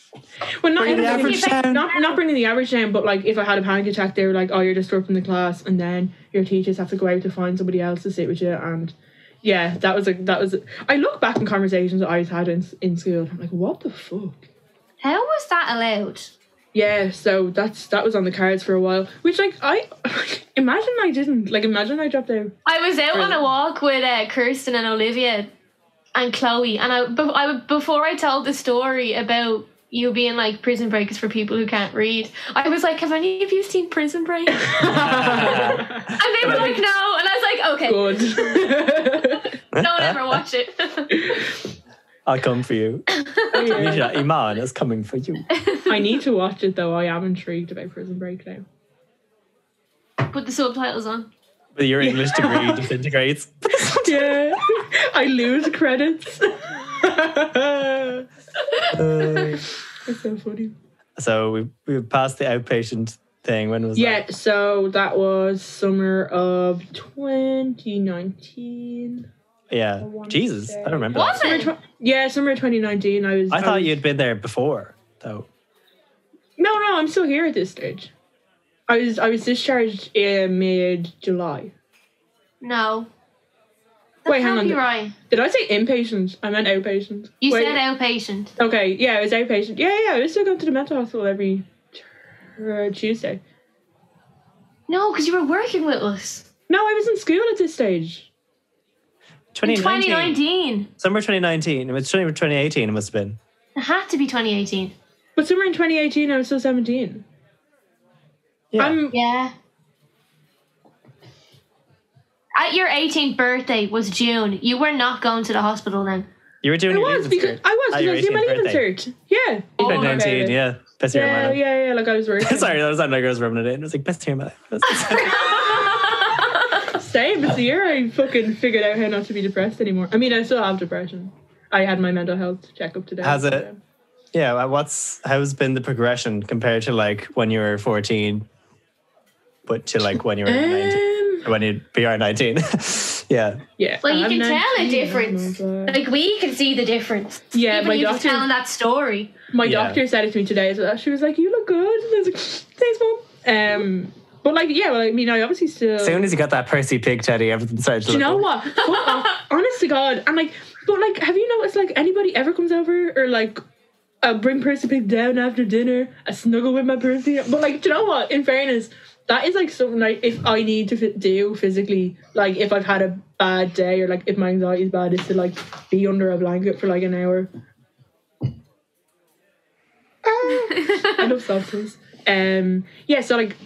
[SPEAKER 3] stuff. Well, not
[SPEAKER 4] Bring the
[SPEAKER 3] everybody-
[SPEAKER 4] average down.
[SPEAKER 3] not not bringing the average down, but like if I had a panic attack, they were like, "Oh, you're disrupting the class," and then your teachers have to go out to find somebody else to sit with you. And yeah, that was like that was. I look back in conversations that I was had in in school. and I'm like, what the fuck?
[SPEAKER 2] How was that allowed?
[SPEAKER 3] Yeah, so that's that was on the cards for a while. Which like I [laughs] imagine I didn't like imagine I dropped out.
[SPEAKER 2] I was out
[SPEAKER 3] Brilliant.
[SPEAKER 2] on a walk with uh, Kirsten and Olivia and Chloe, and I, be- I before I told the story about you being like prison break is for people who can't read. I was like, have any of you seen Prison
[SPEAKER 3] [laughs]
[SPEAKER 2] Break? and they were like, no, and I was like, okay,
[SPEAKER 3] [laughs] Good.
[SPEAKER 2] don't ever watch
[SPEAKER 3] [laughs]
[SPEAKER 2] it.
[SPEAKER 4] I'll come for you.
[SPEAKER 3] Yeah.
[SPEAKER 4] Nisha, Iman is coming for you.
[SPEAKER 3] [laughs] I need to watch it though. I am intrigued about Prison Break now.
[SPEAKER 2] Put the subtitles on.
[SPEAKER 4] With your English degree
[SPEAKER 3] [laughs]
[SPEAKER 4] disintegrates.
[SPEAKER 3] Yeah, I lose [laughs] credits. That's
[SPEAKER 4] Uh,
[SPEAKER 3] so funny.
[SPEAKER 4] [laughs] so we we passed the outpatient thing. When was
[SPEAKER 3] Yeah, so that was summer of 2019.
[SPEAKER 4] that? Yeah.
[SPEAKER 3] wanna
[SPEAKER 4] Jesus, I
[SPEAKER 3] say-
[SPEAKER 4] don't remember.
[SPEAKER 2] Was
[SPEAKER 4] that.
[SPEAKER 3] Summer
[SPEAKER 2] it?
[SPEAKER 3] tw- yeah, summer of 2019. I was.
[SPEAKER 4] I thought
[SPEAKER 3] was-
[SPEAKER 4] you'd been there before, though.
[SPEAKER 3] No, no, I'm still here at this stage. I was I was discharged in mid July.
[SPEAKER 2] No. That
[SPEAKER 3] Wait,
[SPEAKER 2] can't
[SPEAKER 3] hang on.
[SPEAKER 2] be right.
[SPEAKER 3] Did I say inpatient? I meant outpatient.
[SPEAKER 2] You
[SPEAKER 3] Wait,
[SPEAKER 2] said outpatient.
[SPEAKER 3] Okay, yeah, it was outpatient. Yeah, yeah, I was still going to the mental hospital every uh, Tuesday.
[SPEAKER 2] No, because you were working with us
[SPEAKER 3] No, I was in school at this stage.
[SPEAKER 2] in
[SPEAKER 4] 2019.
[SPEAKER 2] 2019.
[SPEAKER 4] Summer 2019. It was 20, 2018, it must have been.
[SPEAKER 2] It had to be 2018.
[SPEAKER 3] But somewhere in 2018, I was still 17.
[SPEAKER 4] Yeah.
[SPEAKER 3] I'm
[SPEAKER 2] Yeah. At your 18th birthday was June. You were not going to the hospital then.
[SPEAKER 4] you were doing
[SPEAKER 3] I
[SPEAKER 4] your
[SPEAKER 3] was
[SPEAKER 4] leaving
[SPEAKER 3] because
[SPEAKER 4] cert.
[SPEAKER 3] I was
[SPEAKER 4] Ah, your
[SPEAKER 3] because I did my
[SPEAKER 4] 18th
[SPEAKER 3] leaving
[SPEAKER 4] birthday.
[SPEAKER 3] cert.
[SPEAKER 2] Oh,
[SPEAKER 3] Yeah. Yeah,
[SPEAKER 4] 2019,
[SPEAKER 3] baby.
[SPEAKER 4] yeah. Best year of my
[SPEAKER 3] Yeah,
[SPEAKER 4] life.
[SPEAKER 3] yeah, yeah. Like I was working.
[SPEAKER 4] [laughs] Sorry, that was not like I was rubbing it in. It was like best year of my
[SPEAKER 3] [laughs]
[SPEAKER 4] life. [laughs]
[SPEAKER 3] Same. It's the year I fucking figured out how not to be depressed anymore. I mean, I still have depression. I had my mental health checkup today. Um,
[SPEAKER 4] Has it? yeah. uh, What's how's been the progression compared to like when you were 14, but to
[SPEAKER 3] [laughs]
[SPEAKER 4] like when you were 19,
[SPEAKER 3] Um,
[SPEAKER 4] when you beyond 19? [laughs] yeah.
[SPEAKER 3] yeah.
[SPEAKER 2] Well, you
[SPEAKER 3] I'm
[SPEAKER 2] can tell a
[SPEAKER 3] 19,
[SPEAKER 2] difference.
[SPEAKER 3] oh my God.
[SPEAKER 2] Like, we can see the difference.
[SPEAKER 3] Yeah,
[SPEAKER 2] Even
[SPEAKER 3] my
[SPEAKER 2] you just
[SPEAKER 3] doctor-
[SPEAKER 2] telling that story.
[SPEAKER 3] My
[SPEAKER 4] Yeah.
[SPEAKER 3] doctor said it to me today as well. She was like, "You look good." And I was like, "Thanks, mom." Um, but like, yeah. Well, I mean, I obviously still.
[SPEAKER 4] As soon as you got that Percy Pig teddy, everything started to
[SPEAKER 3] Do you
[SPEAKER 4] look
[SPEAKER 3] know
[SPEAKER 4] like-
[SPEAKER 3] what?
[SPEAKER 2] [laughs]
[SPEAKER 3] Fuck off. Honest to God, I'm like, but like, have you noticed like anybody ever comes over or like, I bring Percy Pig down after dinner, I snuggle with my Percy. But like, do you know what? In fairness, that is like something like if I need to f- do physically, like if I've had a bad day or like if my anxiety is bad, is to like be under a blanket for like an hour. I love soft toys. Um, yeah, so like,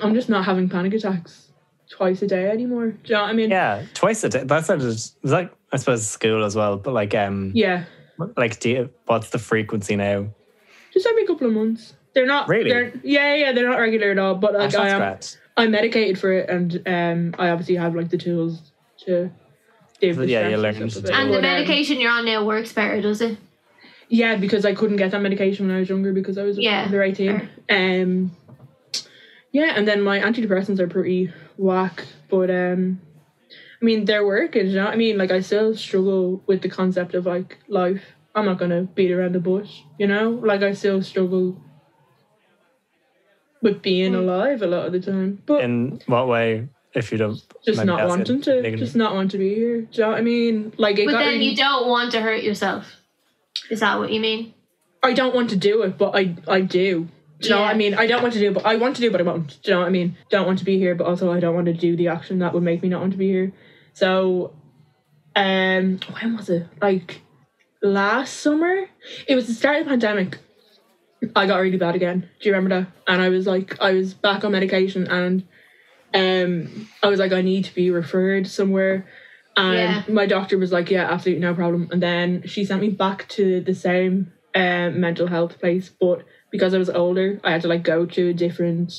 [SPEAKER 3] I'm just not having panic attacks twice a day anymore. Do you know what I mean?
[SPEAKER 4] Yeah, twice a day. That sounded it was like I suppose school as well, but like um,
[SPEAKER 3] Yeah.
[SPEAKER 4] like do you, what's the frequency now?
[SPEAKER 3] Just every couple of months. They're not
[SPEAKER 4] Really?
[SPEAKER 3] They're, yeah, yeah, they're not regular at all. But like I
[SPEAKER 4] That's
[SPEAKER 3] am,
[SPEAKER 4] great.
[SPEAKER 3] I'm medicated for it, and um, I obviously have like the tools to. deal with
[SPEAKER 4] Yeah,
[SPEAKER 3] stress
[SPEAKER 4] you learn
[SPEAKER 3] stuff
[SPEAKER 4] to
[SPEAKER 3] with it.
[SPEAKER 4] deal
[SPEAKER 2] And
[SPEAKER 4] Well,
[SPEAKER 2] the
[SPEAKER 3] But, um,
[SPEAKER 2] medication you're on now works better, does it?
[SPEAKER 3] yeah, because I couldn't get that medication when I was younger because I was
[SPEAKER 2] Yeah,
[SPEAKER 3] under eighteen. Um, yeah, and then my antidepressants are pretty whack, but um, I mean they're working. You know what I mean? Like I still struggle with the concept of like life. I'm not gonna beat around the bush, you know. Like I still struggle with being
[SPEAKER 2] Mm.
[SPEAKER 3] alive a lot of the time, but
[SPEAKER 4] In what way? If you don't,
[SPEAKER 3] just
[SPEAKER 4] mind me
[SPEAKER 3] not
[SPEAKER 4] asking?
[SPEAKER 3] wanting to,
[SPEAKER 4] Negative.
[SPEAKER 3] just not want to be here. Do you know what I mean? Like it
[SPEAKER 2] But
[SPEAKER 3] got
[SPEAKER 2] then
[SPEAKER 3] really-
[SPEAKER 2] you don't want to hurt yourself. Is that what you mean?
[SPEAKER 3] I don't want to do it, but I I do. Do you know what I
[SPEAKER 2] Yeah.
[SPEAKER 3] mean? I don't want to do it, but I want to do, it, but I won't. Do you know what I mean? Don't want to be here, but also I don't want to do the action that would make me not want to be here. So, um, when was it? Like last summer? It was the start of the pandemic. I got really bad again. Do you remember that? And I was like, I was back on medication, and um, I was like, I need to be referred somewhere. And
[SPEAKER 2] Yeah.
[SPEAKER 3] my doctor was like, Yeah, absolutely no problem. And then she sent me back to the same um, mental health place, but because I was older, I had to like go to a different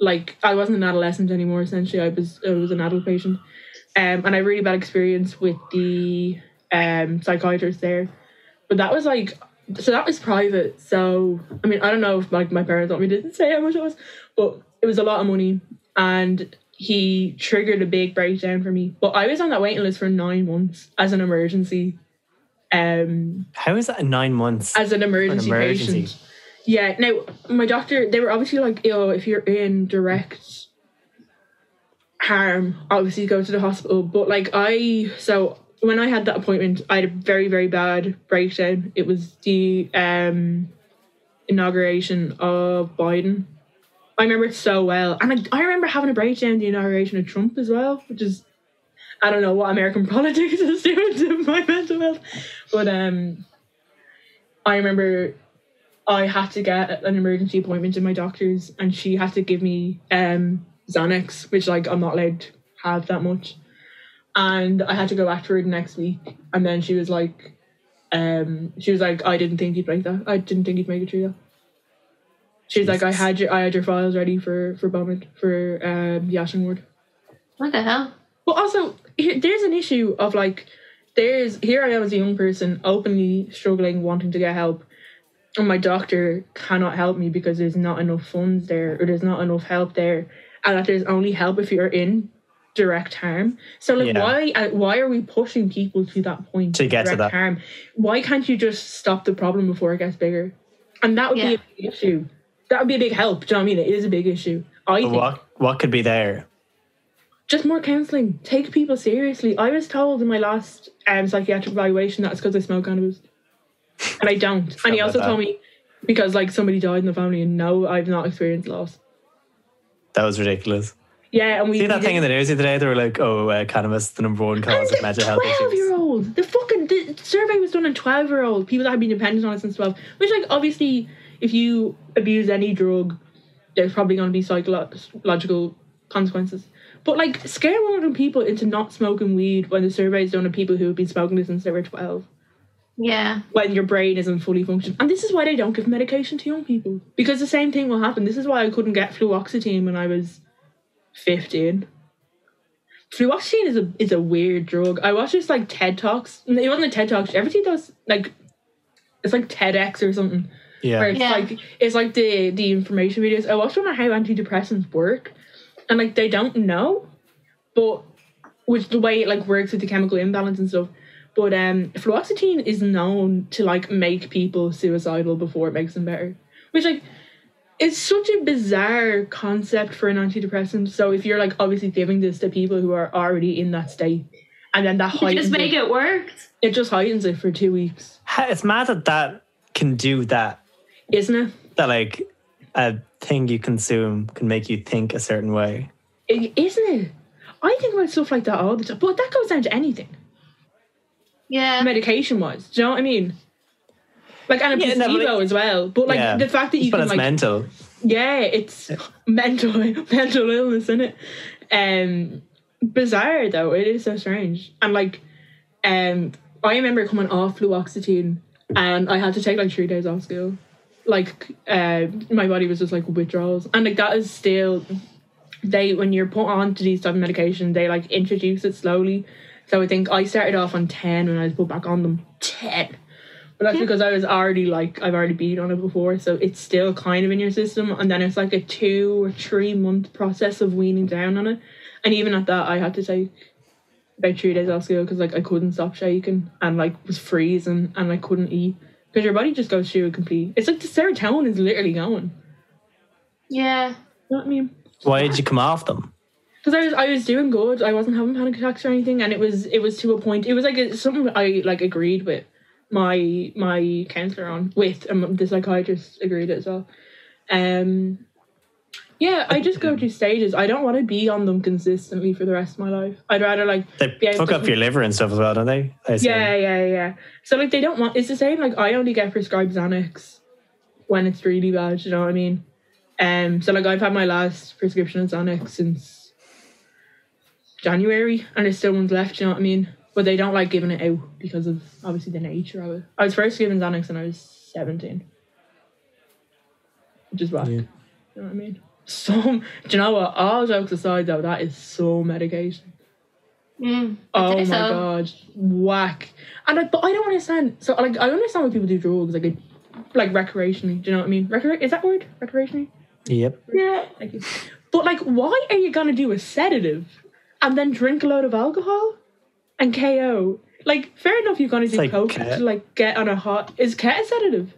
[SPEAKER 3] like I wasn't an adolescent anymore. Essentially, I was I was an adult patient, um, and I had a really bad experience with the um, psychiatrist there. But that was like so that was private. So I mean I don't know if like my parents want me to say how much it was, but it was a lot of money, and he triggered a big breakdown for me. But I was on that waiting list for nine months as an emergency. Um,
[SPEAKER 4] How is that nine months?
[SPEAKER 3] as an emergency,
[SPEAKER 4] For an emergency.
[SPEAKER 3] patient. Yeah. Now, my doctor, they were obviously like, "Yo, if you're in direct harm, obviously go to the hospital." But like, I so when I had that appointment, I had a very very bad breakdown. It was the um inauguration of Biden. I remember it so well, and I, I remember having a breakdown the inauguration of Trump as well, which is. I don't know what American [laughs] politics is doing to my mental health, but um, I remember I had to get an emergency appointment to my doctor's, and she had to give me um, Xanax, which like I'm not allowed to have that much. And I had to go back to her the next week, and then she was like, um, she was like, I didn't think you'd like that. I didn't think you'd make it through that. She was like, I
[SPEAKER 4] Jesus.
[SPEAKER 3] had your I had your files ready for for bombing for um, the Ashton Ward.
[SPEAKER 2] What the hell?
[SPEAKER 3] But also, here, there's an issue of like, there's here I am as a young person, openly struggling, wanting to get help, and my doctor cannot help me because there's not enough funds there, or there's not enough help there, and that there's only help if you're in direct harm. So like,
[SPEAKER 4] Yeah.
[SPEAKER 3] why uh, why are we pushing people to that point
[SPEAKER 4] To get to
[SPEAKER 3] direct
[SPEAKER 4] that.
[SPEAKER 3] harm? Why can't you just stop the problem before it gets bigger? And that would
[SPEAKER 2] Yeah.
[SPEAKER 3] be a big issue. That would be a big help. Do you know what I mean? It is a big issue. I think
[SPEAKER 4] what what could be there?
[SPEAKER 3] just more counselling. Take people seriously. I was told in my last um, psychiatric evaluation that's because I smoke cannabis, and I don't. and he
[SPEAKER 4] about
[SPEAKER 3] also
[SPEAKER 4] that.
[SPEAKER 3] told me because like somebody died in the family, and no, I've not experienced loss.
[SPEAKER 4] That was ridiculous.
[SPEAKER 3] Yeah, and we
[SPEAKER 4] See that thing in the news the other day? They were like, "Oh, uh, cannabis the number one cause of mental health issues."
[SPEAKER 3] year old. The fucking the survey was done on twelve year old people that have been dependent on it since twelve. Which like obviously, if you abuse any drug, there's probably going to be psychological consequences. But like scare one of them people into not smoking weed when the survey's done on people who have been smoking it since they were twelve.
[SPEAKER 2] Yeah.
[SPEAKER 3] when your brain isn't fully functioning. And this is why they don't give medication to young people because the same thing will happen. This is why I couldn't get fluoxetine when I was 15. Fluoxetine is a is a weird drug. I watched this like TED Talks. It wasn't a TED Talk. Ever see those like it's like TEDx or something where
[SPEAKER 4] Yeah,
[SPEAKER 3] it's
[SPEAKER 2] Yeah.
[SPEAKER 3] like it's like the the information videos. I watched one on how antidepressants work, and like they don't know, but which the way it like works with the chemical imbalance and stuff. But um, fluoxetine is known to like make people suicidal before it makes them better, which like it's such a bizarre concept for an antidepressant. So if you're like obviously giving this to people who are already in that state, and then that heightens
[SPEAKER 2] Just make
[SPEAKER 3] it,
[SPEAKER 2] it work.
[SPEAKER 3] it just heightens it for two weeks,
[SPEAKER 4] Ha- it's mad that that can do that.
[SPEAKER 3] isn't it?
[SPEAKER 4] That like a thing you consume can make you think a certain way.
[SPEAKER 3] I- isn't it? I think about stuff like that all the time, but that goes down to anything,
[SPEAKER 2] Yeah.
[SPEAKER 3] medication wise. Do you know what I mean? Like and a
[SPEAKER 4] Yeah, no,
[SPEAKER 3] placebo
[SPEAKER 4] but
[SPEAKER 3] as well, but like
[SPEAKER 4] Yeah.
[SPEAKER 3] the fact that you
[SPEAKER 4] but
[SPEAKER 3] can
[SPEAKER 4] it's
[SPEAKER 3] like
[SPEAKER 4] mental.
[SPEAKER 3] yeah, it's mental [laughs] mental illness, isn't it? Um, bizarre though, it is so strange. And like, um, I remember coming off fluoxetine, and I had to take like three days off school. Like, uh, my body was just like withdrawals, and like that is still. They when you're put on to these type of medication, they like introduce it slowly. So I think I started off on ten, and I was put back on them ten. But that's because I was already like I've already been on it before, so it's still kind of in your system. And then it's like a two or three month process of weaning down on it. And even at that, I had to take about three days off school because like I couldn't stop shaking and like was freezing and I couldn't eat because your body just goes through a complete. It's like the serotonin is literally going.
[SPEAKER 2] Yeah.
[SPEAKER 3] You know what I mean?
[SPEAKER 4] Why did you come off them?
[SPEAKER 3] Because I was I was doing good. I wasn't having panic attacks or anything, and it was it was to a point. It was like a, something I like agreed with my my counselor on with um, the psychiatrist agreed it as well. Um, Yeah, I just go through stages. I don't want to be on them consistently for the rest of my life. I'd rather like
[SPEAKER 4] They
[SPEAKER 3] Yeah,
[SPEAKER 4] fuck up
[SPEAKER 3] definitely.
[SPEAKER 4] your liver and stuff as well, don't they? I assume.
[SPEAKER 3] Yeah, yeah, yeah. So like they don't want it's the same, like I only get prescribed Xanax when it's really bad, you know what I mean? Um so like I've had my last prescription of Xanax since January and there's still ones left, you know what I mean? But they don't like giving it out because of obviously the nature of it. I was first given Xanax when I was seventeen. Which is whack.
[SPEAKER 4] Yeah.
[SPEAKER 3] You know what I mean? Some [laughs] do you know what? All jokes aside though, that is so medication.
[SPEAKER 2] Mm, I'd
[SPEAKER 3] Oh
[SPEAKER 2] say
[SPEAKER 3] my
[SPEAKER 2] so.
[SPEAKER 3] god, whack! And like, but I don't understand. So like, I understand when people do drugs, like, like recreationally. Do you know what I mean? Recre- is that word recreationally?
[SPEAKER 4] Yep.
[SPEAKER 3] Yeah. Thank you. But like, why are you gonna do a sedative and then drink a load of alcohol and KO? Like, fair enough, you're gonna do
[SPEAKER 4] like
[SPEAKER 3] coke
[SPEAKER 4] cat.
[SPEAKER 3] to like get on a hot. Is cat a sedative?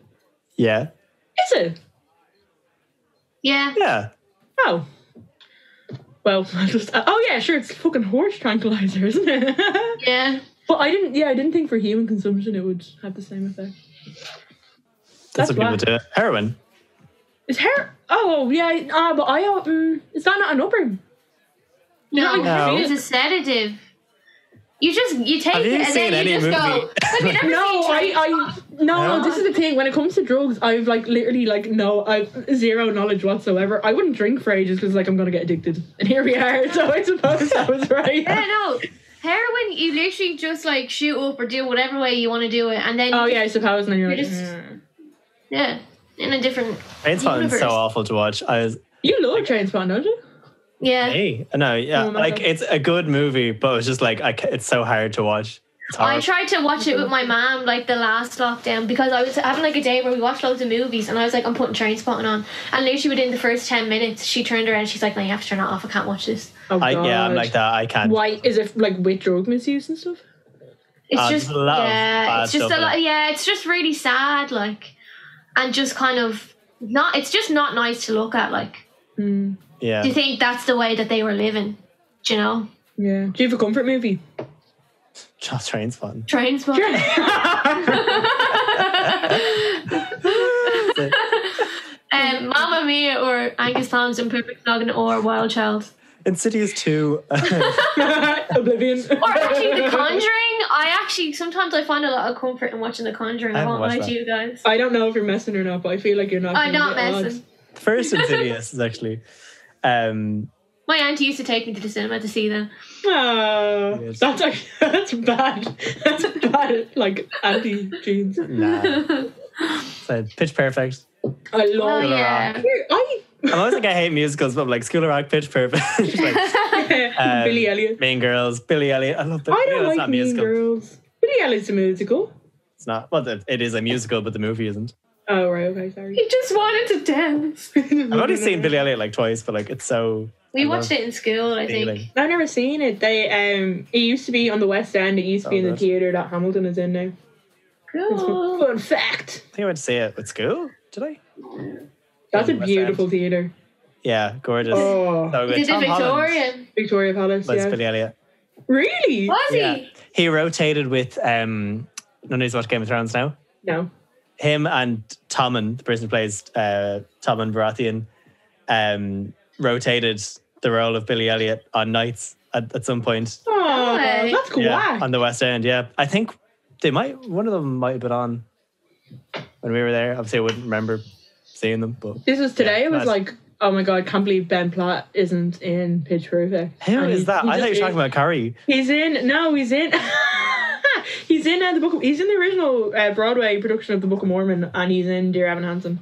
[SPEAKER 4] Yeah.
[SPEAKER 3] Is it?
[SPEAKER 2] Yeah.
[SPEAKER 4] Yeah.
[SPEAKER 3] Oh. Well, [laughs] I just oh yeah, sure. It's fucking horse tranquilizer, isn't it? [laughs]
[SPEAKER 2] Yeah.
[SPEAKER 3] But I didn't. Yeah, I didn't think for human consumption it would have the same effect.
[SPEAKER 4] That's,
[SPEAKER 3] That's
[SPEAKER 4] what people
[SPEAKER 3] why-
[SPEAKER 4] do. Heroin.
[SPEAKER 3] Is hair? Oh yeah. Ah, but I. uh, Mm, is that not an upper?
[SPEAKER 2] No,
[SPEAKER 4] No.
[SPEAKER 2] it's a sedative. You just you take
[SPEAKER 4] Have you
[SPEAKER 2] it and
[SPEAKER 4] seen
[SPEAKER 2] then
[SPEAKER 4] any
[SPEAKER 2] you just go.
[SPEAKER 4] movie?
[SPEAKER 2] Have you
[SPEAKER 3] [laughs]
[SPEAKER 2] never
[SPEAKER 3] No,
[SPEAKER 2] seen
[SPEAKER 3] I.
[SPEAKER 2] Chinese
[SPEAKER 3] I no,
[SPEAKER 4] No?
[SPEAKER 3] This is the thing. When it comes to drugs, I've like literally like no, I've zero knowledge whatsoever. I wouldn't drink for ages because like I'm gonna get addicted, and here we are. [laughs] So I suppose I was right.
[SPEAKER 2] [laughs] Yeah, no. Heroin, you literally just like shoot up or do whatever way you want to do it, and then
[SPEAKER 3] Oh yeah, I suppose. And then you're
[SPEAKER 2] you're
[SPEAKER 3] like,
[SPEAKER 2] just
[SPEAKER 3] "Mm."
[SPEAKER 2] yeah, in a different
[SPEAKER 4] It's
[SPEAKER 2] Universe.
[SPEAKER 4] so awful to watch. I was
[SPEAKER 3] you love train spot, don't you?
[SPEAKER 2] yeah.
[SPEAKER 4] hey, no, yeah,
[SPEAKER 3] Oh my
[SPEAKER 4] like
[SPEAKER 3] God.
[SPEAKER 4] it's a good movie, but it's just like I, ca- it's so hard to watch. It's
[SPEAKER 2] I
[SPEAKER 4] hard.
[SPEAKER 2] tried to watch it with my mom like the last lockdown because I was having like a day where we watched loads of movies and I was like, I'm putting train spotting on. And literally within the first 10 minutes, she turned around and she's like, No, you have to turn it off. I can't watch this.
[SPEAKER 3] Oh,
[SPEAKER 4] I, yeah, I'm
[SPEAKER 3] God.
[SPEAKER 4] like that. I can't.
[SPEAKER 3] Why is it like with drug misuse and stuff?
[SPEAKER 2] It's
[SPEAKER 4] I
[SPEAKER 2] just,
[SPEAKER 4] love bad
[SPEAKER 2] yeah, it's just
[SPEAKER 4] stuff
[SPEAKER 2] a
[SPEAKER 4] like
[SPEAKER 2] lot, yeah, it's just really sad, like, and just kind of not, it's just not nice to look at. Like,
[SPEAKER 3] Mm.
[SPEAKER 4] Yeah.
[SPEAKER 2] do you think that's the way that they were living? Do you know?
[SPEAKER 3] Yeah. Do you have a comfort movie? [laughs]
[SPEAKER 4] Just train's fun.
[SPEAKER 2] Train spot. um, Mamma Mia or Angus Thompson, Perfect Noggin or Wild Child.
[SPEAKER 4] Insidious uh, 2.
[SPEAKER 3] Oblivion.
[SPEAKER 2] Or actually
[SPEAKER 4] [laughs]
[SPEAKER 2] The Conjuring. I actually sometimes I find a lot of comfort in watching The Conjuring.
[SPEAKER 4] I
[SPEAKER 2] I, won't
[SPEAKER 4] haven't watched
[SPEAKER 2] lie
[SPEAKER 4] that.
[SPEAKER 2] to you guys.
[SPEAKER 3] [laughs] I don't know if you're messing or not, but I feel like you're not.
[SPEAKER 2] I'm
[SPEAKER 3] gonna
[SPEAKER 2] not
[SPEAKER 3] get odds.
[SPEAKER 2] messing.
[SPEAKER 4] [laughs] First Insidious is actually. Um,
[SPEAKER 2] My auntie used to take me to the cinema to see them. [laughs]
[SPEAKER 3] Oh,
[SPEAKER 4] Yes.
[SPEAKER 3] that's like, [laughs] that's bad. That's bad. Like anti jeans.
[SPEAKER 4] nah. So, pitch perfect.
[SPEAKER 3] I
[SPEAKER 2] Oh
[SPEAKER 3] love. it.
[SPEAKER 2] yeah.
[SPEAKER 3] I
[SPEAKER 4] I'm always like, I hate musicals, but I'm like, School of Rock, pitch perfect. [laughs] Just
[SPEAKER 2] [laughs]
[SPEAKER 4] like,
[SPEAKER 3] [laughs]
[SPEAKER 4] um,
[SPEAKER 3] Billy Elliot.
[SPEAKER 4] Mean Girls, Billy Elliot. I love Billy
[SPEAKER 3] I don't
[SPEAKER 4] Elliot. It's
[SPEAKER 3] like
[SPEAKER 4] not
[SPEAKER 3] Mean
[SPEAKER 4] musical.
[SPEAKER 3] Girls. Billy Elliot's a musical.
[SPEAKER 4] It's not. Well, it- it is a musical, but the movie isn't.
[SPEAKER 3] Oh right, okay, sorry.
[SPEAKER 2] He just wanted to dance.
[SPEAKER 4] [laughs] I've only seen Billy Elliot like twice, but like, it's so.
[SPEAKER 2] We
[SPEAKER 4] I
[SPEAKER 2] watched
[SPEAKER 4] love
[SPEAKER 2] it in school, I think.
[SPEAKER 4] feeling.
[SPEAKER 3] I've never seen it. They um, it used to be on the West End. It used to be
[SPEAKER 4] Oh,
[SPEAKER 3] in the
[SPEAKER 4] good.
[SPEAKER 3] theater that Hamilton is in now.
[SPEAKER 2] Cool.
[SPEAKER 3] [laughs] Fun fact.
[SPEAKER 4] I think I went to see it at school. Did I?
[SPEAKER 3] That's a
[SPEAKER 4] West End.
[SPEAKER 3] beautiful theater.
[SPEAKER 4] Yeah, gorgeous.
[SPEAKER 3] Oh,
[SPEAKER 4] So good.
[SPEAKER 2] Did the
[SPEAKER 4] Tom Holland
[SPEAKER 2] Victorian.
[SPEAKER 3] Victoria Palace.
[SPEAKER 4] was
[SPEAKER 3] Yeah.
[SPEAKER 4] Billy Elliot.
[SPEAKER 3] Really?
[SPEAKER 2] Was he?
[SPEAKER 4] Yeah. He rotated with um none of you watch Game of Thrones now.
[SPEAKER 3] No.
[SPEAKER 4] Him and Tommen, the person who plays uh Tommen Baratheon, um rotated the role of Billy Elliot on nights at, at some point.
[SPEAKER 3] Oh,
[SPEAKER 2] way.
[SPEAKER 3] that's cool.
[SPEAKER 4] Yeah, on the West End, yeah. I think they might one of them might have been on when we were there. Obviously I wouldn't remember seeing them, but
[SPEAKER 3] This was today.
[SPEAKER 4] Yeah,
[SPEAKER 3] it was
[SPEAKER 4] nice.
[SPEAKER 3] like, oh my god, can't believe Ben Platt isn't in Pitch Perfect.
[SPEAKER 4] who
[SPEAKER 3] And
[SPEAKER 4] is
[SPEAKER 3] he-
[SPEAKER 4] that?
[SPEAKER 3] he
[SPEAKER 4] I thought you
[SPEAKER 3] just
[SPEAKER 4] were talking
[SPEAKER 3] is-
[SPEAKER 4] about Curry.
[SPEAKER 3] He's in. No, he's in. [laughs] he's in uh, the book. Of, he's in the original uh, Broadway production of the Book of Mormon, and he's in Dear Evan Hansen.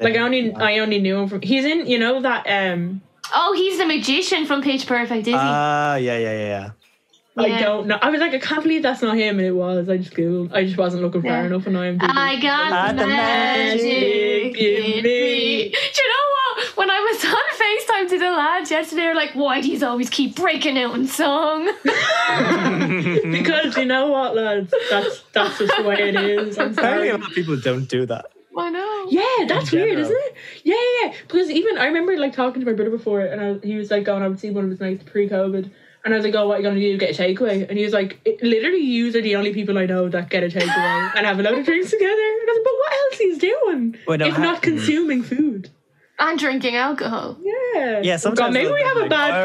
[SPEAKER 3] Like I only, I only knew him from. He's in. You know that. Um,
[SPEAKER 2] Oh, he's the magician from Pitch Perfect, is he?
[SPEAKER 4] Ah, yeah, yeah, yeah, yeah.
[SPEAKER 3] I
[SPEAKER 2] Yeah.
[SPEAKER 3] don't know. I was like, I can't believe that's not him, and it was. I just googled. I just wasn't looking far
[SPEAKER 2] Yeah.
[SPEAKER 3] enough, and I am.
[SPEAKER 2] I
[SPEAKER 4] Ah,
[SPEAKER 2] got
[SPEAKER 4] the
[SPEAKER 2] the
[SPEAKER 4] magic
[SPEAKER 2] magic
[SPEAKER 3] in
[SPEAKER 2] in
[SPEAKER 3] me.
[SPEAKER 2] me. Do you know what? When I was [laughs] on FaceTime to the lads yesterday, they were like, why do you always keep breaking out in song? [laughs]
[SPEAKER 3] [laughs] because you know what, lads, that's that's just the way it is. I'm sorry.
[SPEAKER 4] Apparently a lot of people don't do that.
[SPEAKER 2] I know.
[SPEAKER 3] Yeah, that's
[SPEAKER 4] In
[SPEAKER 3] weird,
[SPEAKER 4] general.
[SPEAKER 3] isn't it? Yeah, yeah, yeah. Because even I remember like talking to my brother before, and I, he was like going out to see one of his mates pre-COVID, and I was like, "Oh, what are you gonna do? Get a takeaway?" And he was like, it, "Literally, you are the only people I know that get a
[SPEAKER 4] [laughs]
[SPEAKER 3] takeaway and have a load of drinks together." And I was like, "But what else he's doing
[SPEAKER 4] Well, no,
[SPEAKER 3] if
[SPEAKER 4] ha- Mm-hmm.
[SPEAKER 3] not consuming food?"
[SPEAKER 2] And drinking alcohol. [laughs]
[SPEAKER 3] Yeah. Oh,
[SPEAKER 4] Yeah, sometimes
[SPEAKER 3] maybe
[SPEAKER 4] I'll
[SPEAKER 3] we
[SPEAKER 4] be
[SPEAKER 3] have a
[SPEAKER 4] like,
[SPEAKER 3] bad
[SPEAKER 4] "Oh,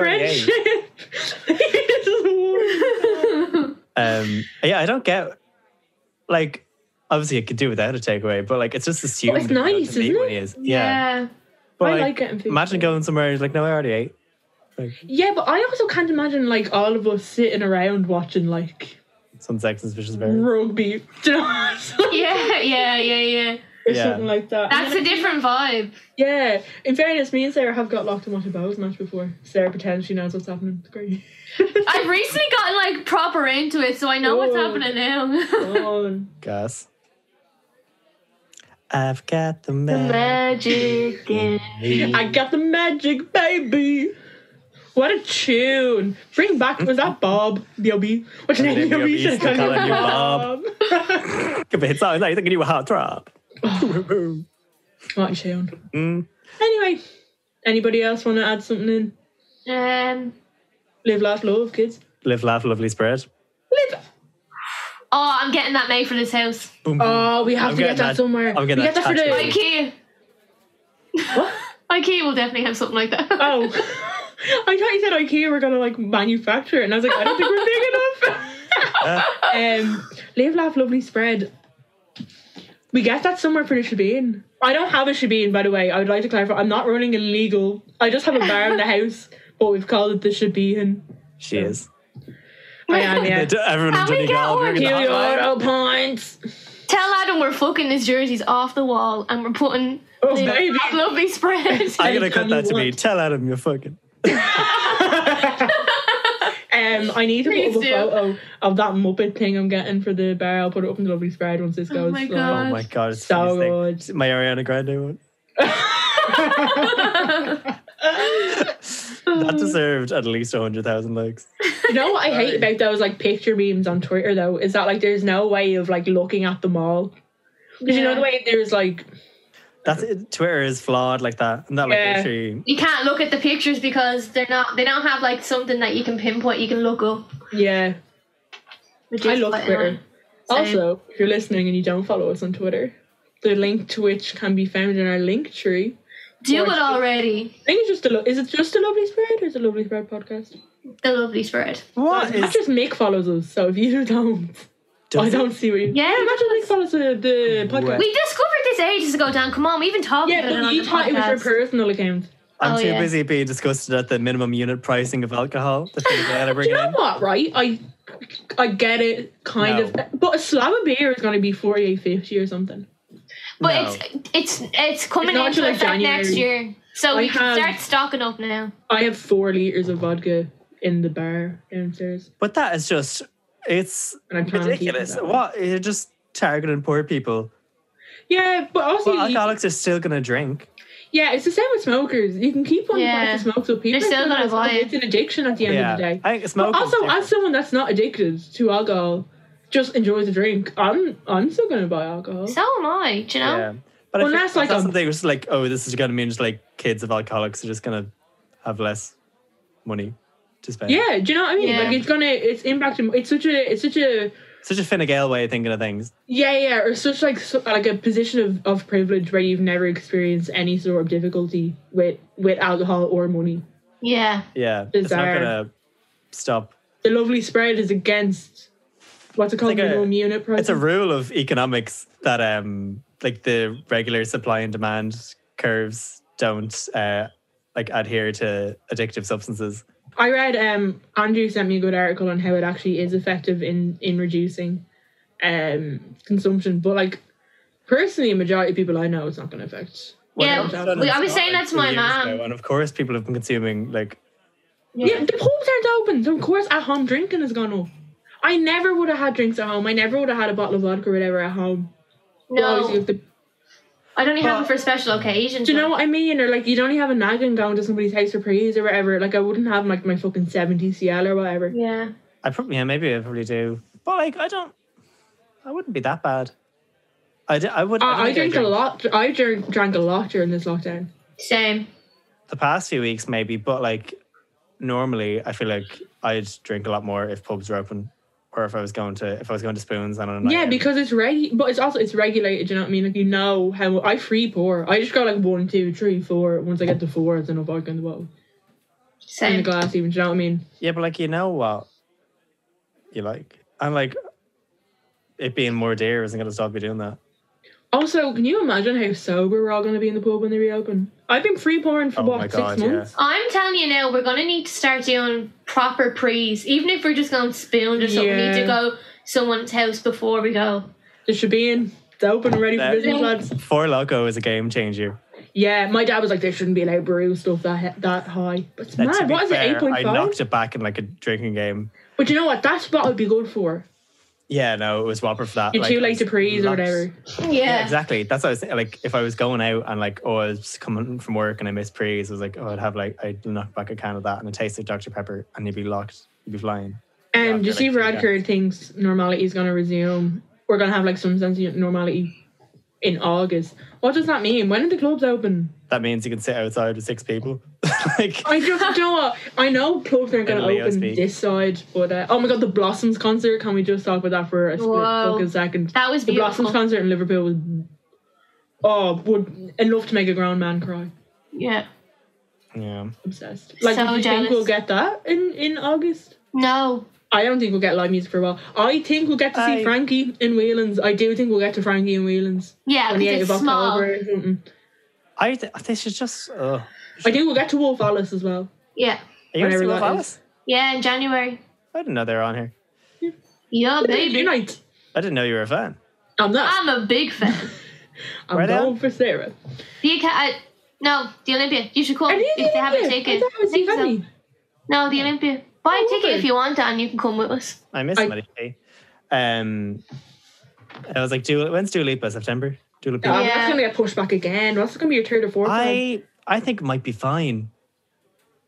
[SPEAKER 4] yeah." [laughs]
[SPEAKER 3] friendship.
[SPEAKER 4] Um, yeah, I don't get like obviously I could do without a takeaway, but like it's just assumed
[SPEAKER 3] it's
[SPEAKER 4] that you
[SPEAKER 3] nice,
[SPEAKER 4] have to eat
[SPEAKER 3] isn't
[SPEAKER 4] when
[SPEAKER 3] it?
[SPEAKER 4] he is. Yeah,
[SPEAKER 2] yeah.
[SPEAKER 4] but
[SPEAKER 3] I
[SPEAKER 4] like,
[SPEAKER 3] like getting food
[SPEAKER 4] imagine
[SPEAKER 3] for it.
[SPEAKER 4] going somewhere and it's like, no, I already ate.
[SPEAKER 3] yeah, but I also can't imagine like all of us sitting around watching like
[SPEAKER 4] Some sex and suspicious bear.
[SPEAKER 3] rugby, [laughs] do you know,
[SPEAKER 2] Yeah, yeah, yeah, yeah.
[SPEAKER 3] or
[SPEAKER 4] Yeah.
[SPEAKER 3] something like that.
[SPEAKER 2] That's a different vibe.
[SPEAKER 3] yeah. In fairness, me and Sarah have got locked and watched a bows match before. Sarah pretends she knows what's happening.
[SPEAKER 2] [laughs]
[SPEAKER 3] It's great.
[SPEAKER 2] I've recently gotten like proper into it, so I know what's
[SPEAKER 3] Ooh.
[SPEAKER 2] happening now. [laughs]
[SPEAKER 3] Oh,
[SPEAKER 4] Gas. I've got the
[SPEAKER 2] the
[SPEAKER 4] man.
[SPEAKER 2] magic in me.
[SPEAKER 3] [laughs] I got the magic, baby. What a tune! Bring back was that Bob? B.O.B. What's your name?
[SPEAKER 4] Name
[SPEAKER 3] B.O.B.
[SPEAKER 4] B.O.B.
[SPEAKER 3] Just
[SPEAKER 4] Still
[SPEAKER 3] call [laughs]
[SPEAKER 4] calling
[SPEAKER 3] him
[SPEAKER 4] you Bob. It's always like thinking you a
[SPEAKER 3] [sighs]
[SPEAKER 4] hot drop.
[SPEAKER 3] what a tune!
[SPEAKER 4] Mm.
[SPEAKER 3] Anyway, anybody else want to add something in?
[SPEAKER 2] Um,
[SPEAKER 3] Live, laugh, love, kids.
[SPEAKER 4] Live, laugh, lovely spread.
[SPEAKER 3] Live.
[SPEAKER 2] oh, I'm getting that made for this house.
[SPEAKER 4] Boom. boom.
[SPEAKER 3] Oh, we have
[SPEAKER 4] I'm
[SPEAKER 3] to get
[SPEAKER 4] getting
[SPEAKER 3] that,
[SPEAKER 4] that-
[SPEAKER 3] somewhere.
[SPEAKER 4] I'm getting
[SPEAKER 3] we
[SPEAKER 4] that
[SPEAKER 3] get that for the.
[SPEAKER 4] tattooed.
[SPEAKER 2] IKEA. [laughs]
[SPEAKER 3] What?
[SPEAKER 2] IKEA will definitely have something like that.
[SPEAKER 3] Oh, [laughs] I thought you said IKEA were gonna like manufacture it, and I was like, I don't think
[SPEAKER 2] [laughs]
[SPEAKER 3] we're big enough. um, live, laugh, lovely spread. We get that somewhere for the shebeen. I don't have a shebeen, by the way. I would like to clarify. I'm not running illegal. I just have a bar in the house, but we've called it the shebeen. [laughs]
[SPEAKER 4] she is.
[SPEAKER 3] I am, yeah.
[SPEAKER 4] Everyone in
[SPEAKER 2] Can we
[SPEAKER 4] Donegal,
[SPEAKER 2] get
[SPEAKER 4] we're
[SPEAKER 2] one?
[SPEAKER 4] gonna
[SPEAKER 3] Here
[SPEAKER 4] hot
[SPEAKER 3] you are,
[SPEAKER 4] dog.
[SPEAKER 3] oh, points.
[SPEAKER 2] Tell Adam we're fucking his jerseys off the wall and we're putting
[SPEAKER 3] Oh,
[SPEAKER 2] the
[SPEAKER 3] baby.
[SPEAKER 2] lovely spread.
[SPEAKER 4] I'm gonna cut
[SPEAKER 3] Anytime
[SPEAKER 4] that
[SPEAKER 3] you
[SPEAKER 4] to me.
[SPEAKER 3] want.
[SPEAKER 4] Tell Adam you're fucking.
[SPEAKER 3] Um, I need to
[SPEAKER 2] Please
[SPEAKER 3] put
[SPEAKER 2] do.
[SPEAKER 3] up a photo of that Muppet thing I'm getting for the bar. I'll put it up in the lovely spread once this
[SPEAKER 2] Oh
[SPEAKER 3] goes.
[SPEAKER 2] my
[SPEAKER 3] live.
[SPEAKER 2] God.
[SPEAKER 4] Oh my god, it's the
[SPEAKER 3] So
[SPEAKER 4] funniest thing.
[SPEAKER 3] good.
[SPEAKER 4] It's My Ariana Grande one. That
[SPEAKER 3] Oh.
[SPEAKER 4] deserved at least hundred thousand likes.
[SPEAKER 3] You know what I hate
[SPEAKER 4] Sorry.
[SPEAKER 3] about those like picture memes on Twitter though is that like there's no way of like looking at them all. 'Cause you know the way there's like
[SPEAKER 4] That's it. Twitter is flawed like that, and that like
[SPEAKER 3] Yeah.
[SPEAKER 4] literally.
[SPEAKER 2] [laughs] You can't look at the pictures because they're not. They don't have like something that you can pinpoint. You can look up.
[SPEAKER 3] yeah,
[SPEAKER 2] Which
[SPEAKER 3] I
[SPEAKER 2] is
[SPEAKER 3] love
[SPEAKER 2] quite
[SPEAKER 3] Twitter.
[SPEAKER 2] annoying.
[SPEAKER 3] Also, if you're listening and you don't follow us on Twitter, the link to which can be found in our link tree.
[SPEAKER 2] do
[SPEAKER 3] Or-
[SPEAKER 2] it already.
[SPEAKER 3] I think it's just a lo- is it just a lovely spread or is it a lovely spread podcast?
[SPEAKER 2] The lovely spread.
[SPEAKER 4] What
[SPEAKER 3] That's
[SPEAKER 4] is?
[SPEAKER 3] just Mick follows us, so if you [laughs] don't, I
[SPEAKER 4] does it-
[SPEAKER 3] don't see what you.
[SPEAKER 2] Yeah,
[SPEAKER 3] imagine Mick follows the, the podcast.
[SPEAKER 4] Wait.
[SPEAKER 2] We discovered this ages ago, Dan. Come on, we even talked
[SPEAKER 3] Yeah,
[SPEAKER 2] about it
[SPEAKER 3] but
[SPEAKER 2] on
[SPEAKER 3] you
[SPEAKER 2] the
[SPEAKER 3] thought it was your
[SPEAKER 2] podcast.
[SPEAKER 3] personal account.
[SPEAKER 4] I'm
[SPEAKER 2] Oh,
[SPEAKER 4] too
[SPEAKER 2] yeah.
[SPEAKER 4] busy being disgusted at the minimum unit pricing of alcohol.
[SPEAKER 3] [laughs]
[SPEAKER 4] The thing that I
[SPEAKER 3] Do
[SPEAKER 4] bring
[SPEAKER 3] you know
[SPEAKER 4] in.
[SPEAKER 3] what, right? I I get it, kind
[SPEAKER 4] No.
[SPEAKER 3] of. But a slab of beer is going to be 48 50 or something.
[SPEAKER 2] but
[SPEAKER 4] No.
[SPEAKER 2] it's it's it's coming
[SPEAKER 3] It's not
[SPEAKER 2] into
[SPEAKER 3] till, like,
[SPEAKER 2] effect next
[SPEAKER 3] January.
[SPEAKER 2] year, so
[SPEAKER 3] I
[SPEAKER 2] we can
[SPEAKER 3] have-
[SPEAKER 2] start stocking up now.
[SPEAKER 3] I have four litres of vodka in the bar downstairs.
[SPEAKER 4] But that is just. It's
[SPEAKER 3] And I'm planning
[SPEAKER 4] ridiculous.
[SPEAKER 3] To keep it that way.
[SPEAKER 4] What you're just targeting poor people.
[SPEAKER 3] Yeah, but also,
[SPEAKER 4] Well,
[SPEAKER 3] you-
[SPEAKER 4] alcoholics are still gonna drink.
[SPEAKER 3] yeah, it's the same with smokers. You can keep on
[SPEAKER 2] Yeah.
[SPEAKER 3] yeah. the smokes with people.
[SPEAKER 2] They're still
[SPEAKER 3] It's
[SPEAKER 2] gonna
[SPEAKER 3] not-
[SPEAKER 2] buy it.
[SPEAKER 3] It's an addiction at the end
[SPEAKER 4] Yeah,
[SPEAKER 3] of the day.
[SPEAKER 4] I think smoking.
[SPEAKER 3] But also, as someone that's not addicted to alcohol, just enjoys a drink. I'm I'm still going to buy alcohol.
[SPEAKER 2] So am I. Do you know?
[SPEAKER 4] Yeah. But I
[SPEAKER 3] Well,
[SPEAKER 4] think
[SPEAKER 3] that's like
[SPEAKER 4] that's
[SPEAKER 3] a-
[SPEAKER 4] something was like, oh, this is gonna mean just like kids of alcoholics are just gonna have less money to spend.
[SPEAKER 3] yeah, do you know what I mean?
[SPEAKER 2] Yeah.
[SPEAKER 3] Like it's gonna, it's impacting. It's such a, it's such a
[SPEAKER 4] Such a Fine Gael way of thinking of things.
[SPEAKER 3] Yeah, yeah, or such like so, like a position of, of privilege where you've never experienced any sort of difficulty with with alcohol or money.
[SPEAKER 2] Yeah.
[SPEAKER 4] Yeah. It's not
[SPEAKER 3] Bizarre.
[SPEAKER 4] gonna stop.
[SPEAKER 3] The lovely spread is against what's it called?
[SPEAKER 4] like a-
[SPEAKER 3] minimum unit price.
[SPEAKER 4] It's a rule of economics that um like the regular supply and demand curves don't uh like adhere to addictive substances.
[SPEAKER 3] I read um Andrew sent me a good article on how it actually is effective in in reducing um consumption, but like personally, a majority of people I know, it's not going to affect.
[SPEAKER 2] Yeah,
[SPEAKER 4] that was done in
[SPEAKER 2] we- I was
[SPEAKER 4] Scotland
[SPEAKER 2] saying that to
[SPEAKER 4] two
[SPEAKER 2] my
[SPEAKER 4] years
[SPEAKER 2] mum.
[SPEAKER 4] ago, And of course people have been consuming like
[SPEAKER 3] Yeah, the pubs aren't open, so of course at home drinking has gone up. I never would have had drinks at home. I never would have had a bottle of vodka or whatever at home. But obviously
[SPEAKER 2] No,
[SPEAKER 3] with the
[SPEAKER 2] I'd only have
[SPEAKER 4] But-
[SPEAKER 2] them for special occasions.
[SPEAKER 3] Do you
[SPEAKER 2] like-
[SPEAKER 3] know what I mean? Or like you'd only have a nagging going to somebody's house for praise or whatever. Like I wouldn't have like my fucking seventy CL or whatever.
[SPEAKER 2] Yeah.
[SPEAKER 4] I probably yeah maybe I probably do, but like I don't. I wouldn't be that bad. I, d- I would.
[SPEAKER 3] I,
[SPEAKER 4] don't
[SPEAKER 3] I
[SPEAKER 4] think
[SPEAKER 3] drink a lot. I drink, drank a lot during this lockdown.
[SPEAKER 2] Same.
[SPEAKER 4] the past few weeks maybe, but like normally I feel like I'd drink a lot more if pubs were open. or if I was going to if I was going to spoons and on a night
[SPEAKER 3] yeah,
[SPEAKER 4] out.
[SPEAKER 3] because it's reg, but it's also it's regulated. You know what I mean? Like you know how I free pour. I just go like one, two, three, four. Once I get to four, it's enough vodka in the bottle, in the
[SPEAKER 2] Same.
[SPEAKER 3] glass. Even do you know what I mean?
[SPEAKER 4] yeah, but like you know what you like, and like it being more dear isn't going to stop you doing that.
[SPEAKER 3] Also, can you imagine how sober we're all going to be in the pub when they reopen? I've been free pouring for
[SPEAKER 4] Oh
[SPEAKER 3] what
[SPEAKER 4] my
[SPEAKER 3] six
[SPEAKER 4] God, yeah.
[SPEAKER 3] months.
[SPEAKER 2] I'm telling you now, we're gonna need to start doing proper pre's, even if we're just going spoon or something. We need
[SPEAKER 3] Yeah.
[SPEAKER 2] to go someone's house before we go.
[SPEAKER 3] There should be in. It's open and ready for
[SPEAKER 4] That-
[SPEAKER 3] business, lads.
[SPEAKER 4] Four Loco is a game changer.
[SPEAKER 3] Yeah, my dad was like, they shouldn't be allowed brew stuff that he- that high. But it's
[SPEAKER 4] Now, to
[SPEAKER 3] mad.
[SPEAKER 4] be
[SPEAKER 3] What is
[SPEAKER 4] fair,
[SPEAKER 3] it?
[SPEAKER 4] I
[SPEAKER 3] 8.5?
[SPEAKER 4] knocked it back in like a drinking game.
[SPEAKER 3] But you know what? That's what it would be good for.
[SPEAKER 4] Yeah, no, it was whopper for that.
[SPEAKER 3] You're
[SPEAKER 4] like,
[SPEAKER 3] too late to praise or
[SPEAKER 4] lots-
[SPEAKER 3] whatever.
[SPEAKER 2] Yeah.
[SPEAKER 4] Yeah, exactly. That's what I was saying. Like, if I was going out and like, oh, I was just coming from work and I missed praise, I was like, oh, I'd have like, I'd knock back a can of that and a taste of Dr. Pepper and you'd be locked, you'd be flying.
[SPEAKER 3] And
[SPEAKER 4] Yeah,
[SPEAKER 3] um, just
[SPEAKER 4] I feel
[SPEAKER 3] see
[SPEAKER 4] like
[SPEAKER 3] Radker thinks normality is going to resume. We're going to have like some sense of normality in August. What does that mean? When are the clubs open?
[SPEAKER 4] That means you can sit outside with six people. [laughs] like,
[SPEAKER 3] I just do you know what I know clubs aren't going
[SPEAKER 4] In
[SPEAKER 3] to
[SPEAKER 4] Leo's
[SPEAKER 3] open
[SPEAKER 4] Peak.
[SPEAKER 3] this side, but uh, oh my god, the Blossoms concert! Can we just talk about that for a split
[SPEAKER 2] Whoa.
[SPEAKER 3] fucking second?
[SPEAKER 2] That was
[SPEAKER 3] the Blossoms
[SPEAKER 2] beautiful.
[SPEAKER 3] concert in Liverpool was oh would enough to make a grown man cry.
[SPEAKER 2] yeah.
[SPEAKER 3] Oh,
[SPEAKER 4] yeah.
[SPEAKER 3] Obsessed. Like,
[SPEAKER 2] So
[SPEAKER 3] do you
[SPEAKER 2] jealous.
[SPEAKER 3] think we'll get that in in August?
[SPEAKER 2] No.
[SPEAKER 3] I don't think we'll get live music for a while. I think we'll get to see
[SPEAKER 4] I-
[SPEAKER 3] Frankie in Whelan's. I do think we'll get to Frankie in Whelan's.
[SPEAKER 2] Yeah,
[SPEAKER 3] 28th
[SPEAKER 2] because
[SPEAKER 3] of
[SPEAKER 2] it's small.
[SPEAKER 3] October. or something.
[SPEAKER 4] I, th- they should just, oh.
[SPEAKER 3] I think we'll get to Wolf Alice as well.
[SPEAKER 2] Yeah.
[SPEAKER 4] Are you going to
[SPEAKER 3] Whatever
[SPEAKER 4] see Wolf
[SPEAKER 3] that
[SPEAKER 4] Alice?
[SPEAKER 2] Yeah, in January.
[SPEAKER 4] I didn't know they were on here.
[SPEAKER 2] Yeah,
[SPEAKER 3] Baby
[SPEAKER 2] baby.
[SPEAKER 3] night.
[SPEAKER 4] I didn't know you were a fan.
[SPEAKER 3] I'm not.
[SPEAKER 2] I'm a big fan.
[SPEAKER 3] I'm
[SPEAKER 4] Right
[SPEAKER 3] going
[SPEAKER 4] on.
[SPEAKER 3] for Sarah.
[SPEAKER 2] The Aca- I, no, the Olympia. You should come
[SPEAKER 3] Are
[SPEAKER 2] Oh, if
[SPEAKER 3] you
[SPEAKER 2] they have a
[SPEAKER 3] Olivia? I
[SPEAKER 2] ticket.
[SPEAKER 3] thought it was
[SPEAKER 2] Think so.
[SPEAKER 3] Yvonne.
[SPEAKER 2] No, the Olympia. Buy a
[SPEAKER 3] Oh,
[SPEAKER 2] ticket
[SPEAKER 3] lovely.
[SPEAKER 2] if you want, and you can come with us.
[SPEAKER 4] I missed
[SPEAKER 3] I-
[SPEAKER 4] somebody. Um, I was like, Dua, when's Dua Lipa? September? Dua Lipa?
[SPEAKER 3] Oh,
[SPEAKER 2] Yeah.
[SPEAKER 3] That's gonna get pushed back again. That's gonna be your third or fourth. one.
[SPEAKER 4] I, I think it might be fine.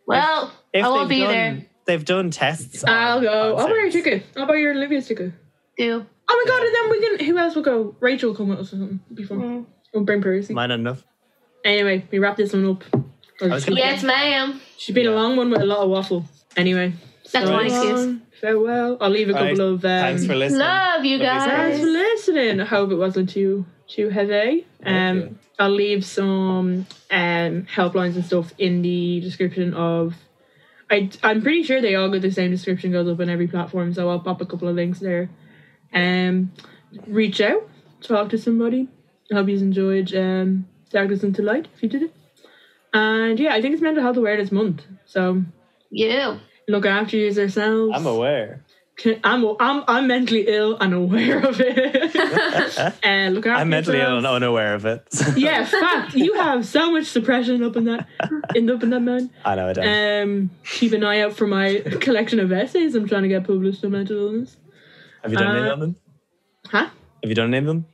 [SPEAKER 2] Well, I won't
[SPEAKER 4] they've
[SPEAKER 2] be
[SPEAKER 4] done,
[SPEAKER 2] there. Oh,
[SPEAKER 4] They've done tests.
[SPEAKER 3] I'll
[SPEAKER 4] on
[SPEAKER 3] go. I'll buy your
[SPEAKER 4] concerts.
[SPEAKER 3] ticket. I'll buy your Olivia's ticket.
[SPEAKER 2] Do.
[SPEAKER 3] Oh my god! And then we can. Who else will go? Rachel will come with us or something. It'll Be fun.
[SPEAKER 2] Mm.
[SPEAKER 3] We'll bring Percy.
[SPEAKER 4] Mine not enough.
[SPEAKER 3] Anyway, we wrap this one up.
[SPEAKER 4] was gonna-
[SPEAKER 2] Yes, ma'am.
[SPEAKER 3] She's been a long one with a lot of waffle. Anyway,
[SPEAKER 2] That's
[SPEAKER 3] so
[SPEAKER 2] my excuse.
[SPEAKER 3] long, Farewell. I'll leave a
[SPEAKER 4] Alright,
[SPEAKER 3] couple of. Um,
[SPEAKER 4] Thanks for listening.
[SPEAKER 2] Love you
[SPEAKER 4] Love you,
[SPEAKER 3] Thanks for
[SPEAKER 2] guys.
[SPEAKER 3] listening. I hope it wasn't too too heavy.
[SPEAKER 4] Thank you.
[SPEAKER 3] Um, I'll leave some um helplines and stuff in the description of. I I'm pretty sure they all got the same description goes up on every platform, so I'll pop a couple of links there. Um, reach out, talk to somebody. I hope you enjoyed um Darkness into Light if you did it. And yeah, I think it's Mental Health Awareness Month, so
[SPEAKER 2] You.
[SPEAKER 3] look after yourselves.
[SPEAKER 4] I'm aware.
[SPEAKER 3] I'm, I'm I'm mentally ill and aware of
[SPEAKER 4] [laughs]
[SPEAKER 3] it. uh, look out!
[SPEAKER 4] I'm mentally ill and unaware of it. [laughs]
[SPEAKER 3] Yeah, fact. You have so much suppression up in that, in up in that man.
[SPEAKER 4] I know I don't.
[SPEAKER 2] Uh,
[SPEAKER 3] Um, keep an eye out for my collection of essays. I'm trying to get published on mental illness.
[SPEAKER 4] Have you done any
[SPEAKER 3] uh,
[SPEAKER 4] of them?
[SPEAKER 3] Huh?
[SPEAKER 4] Have you done any of them?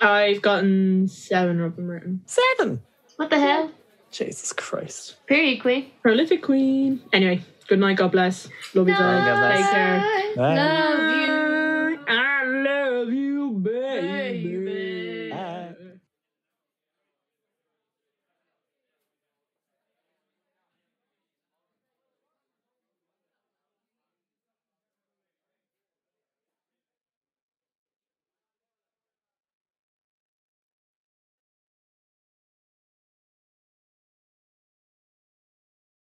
[SPEAKER 3] I've gotten seven of them written.
[SPEAKER 4] Seven.
[SPEAKER 2] What the hell?
[SPEAKER 4] Jesus Christ.
[SPEAKER 2] Period, Queen.
[SPEAKER 3] Prolific queen. Anyway, good night. God bless. Love you all.
[SPEAKER 4] God bless.
[SPEAKER 3] Take care.
[SPEAKER 2] Love you.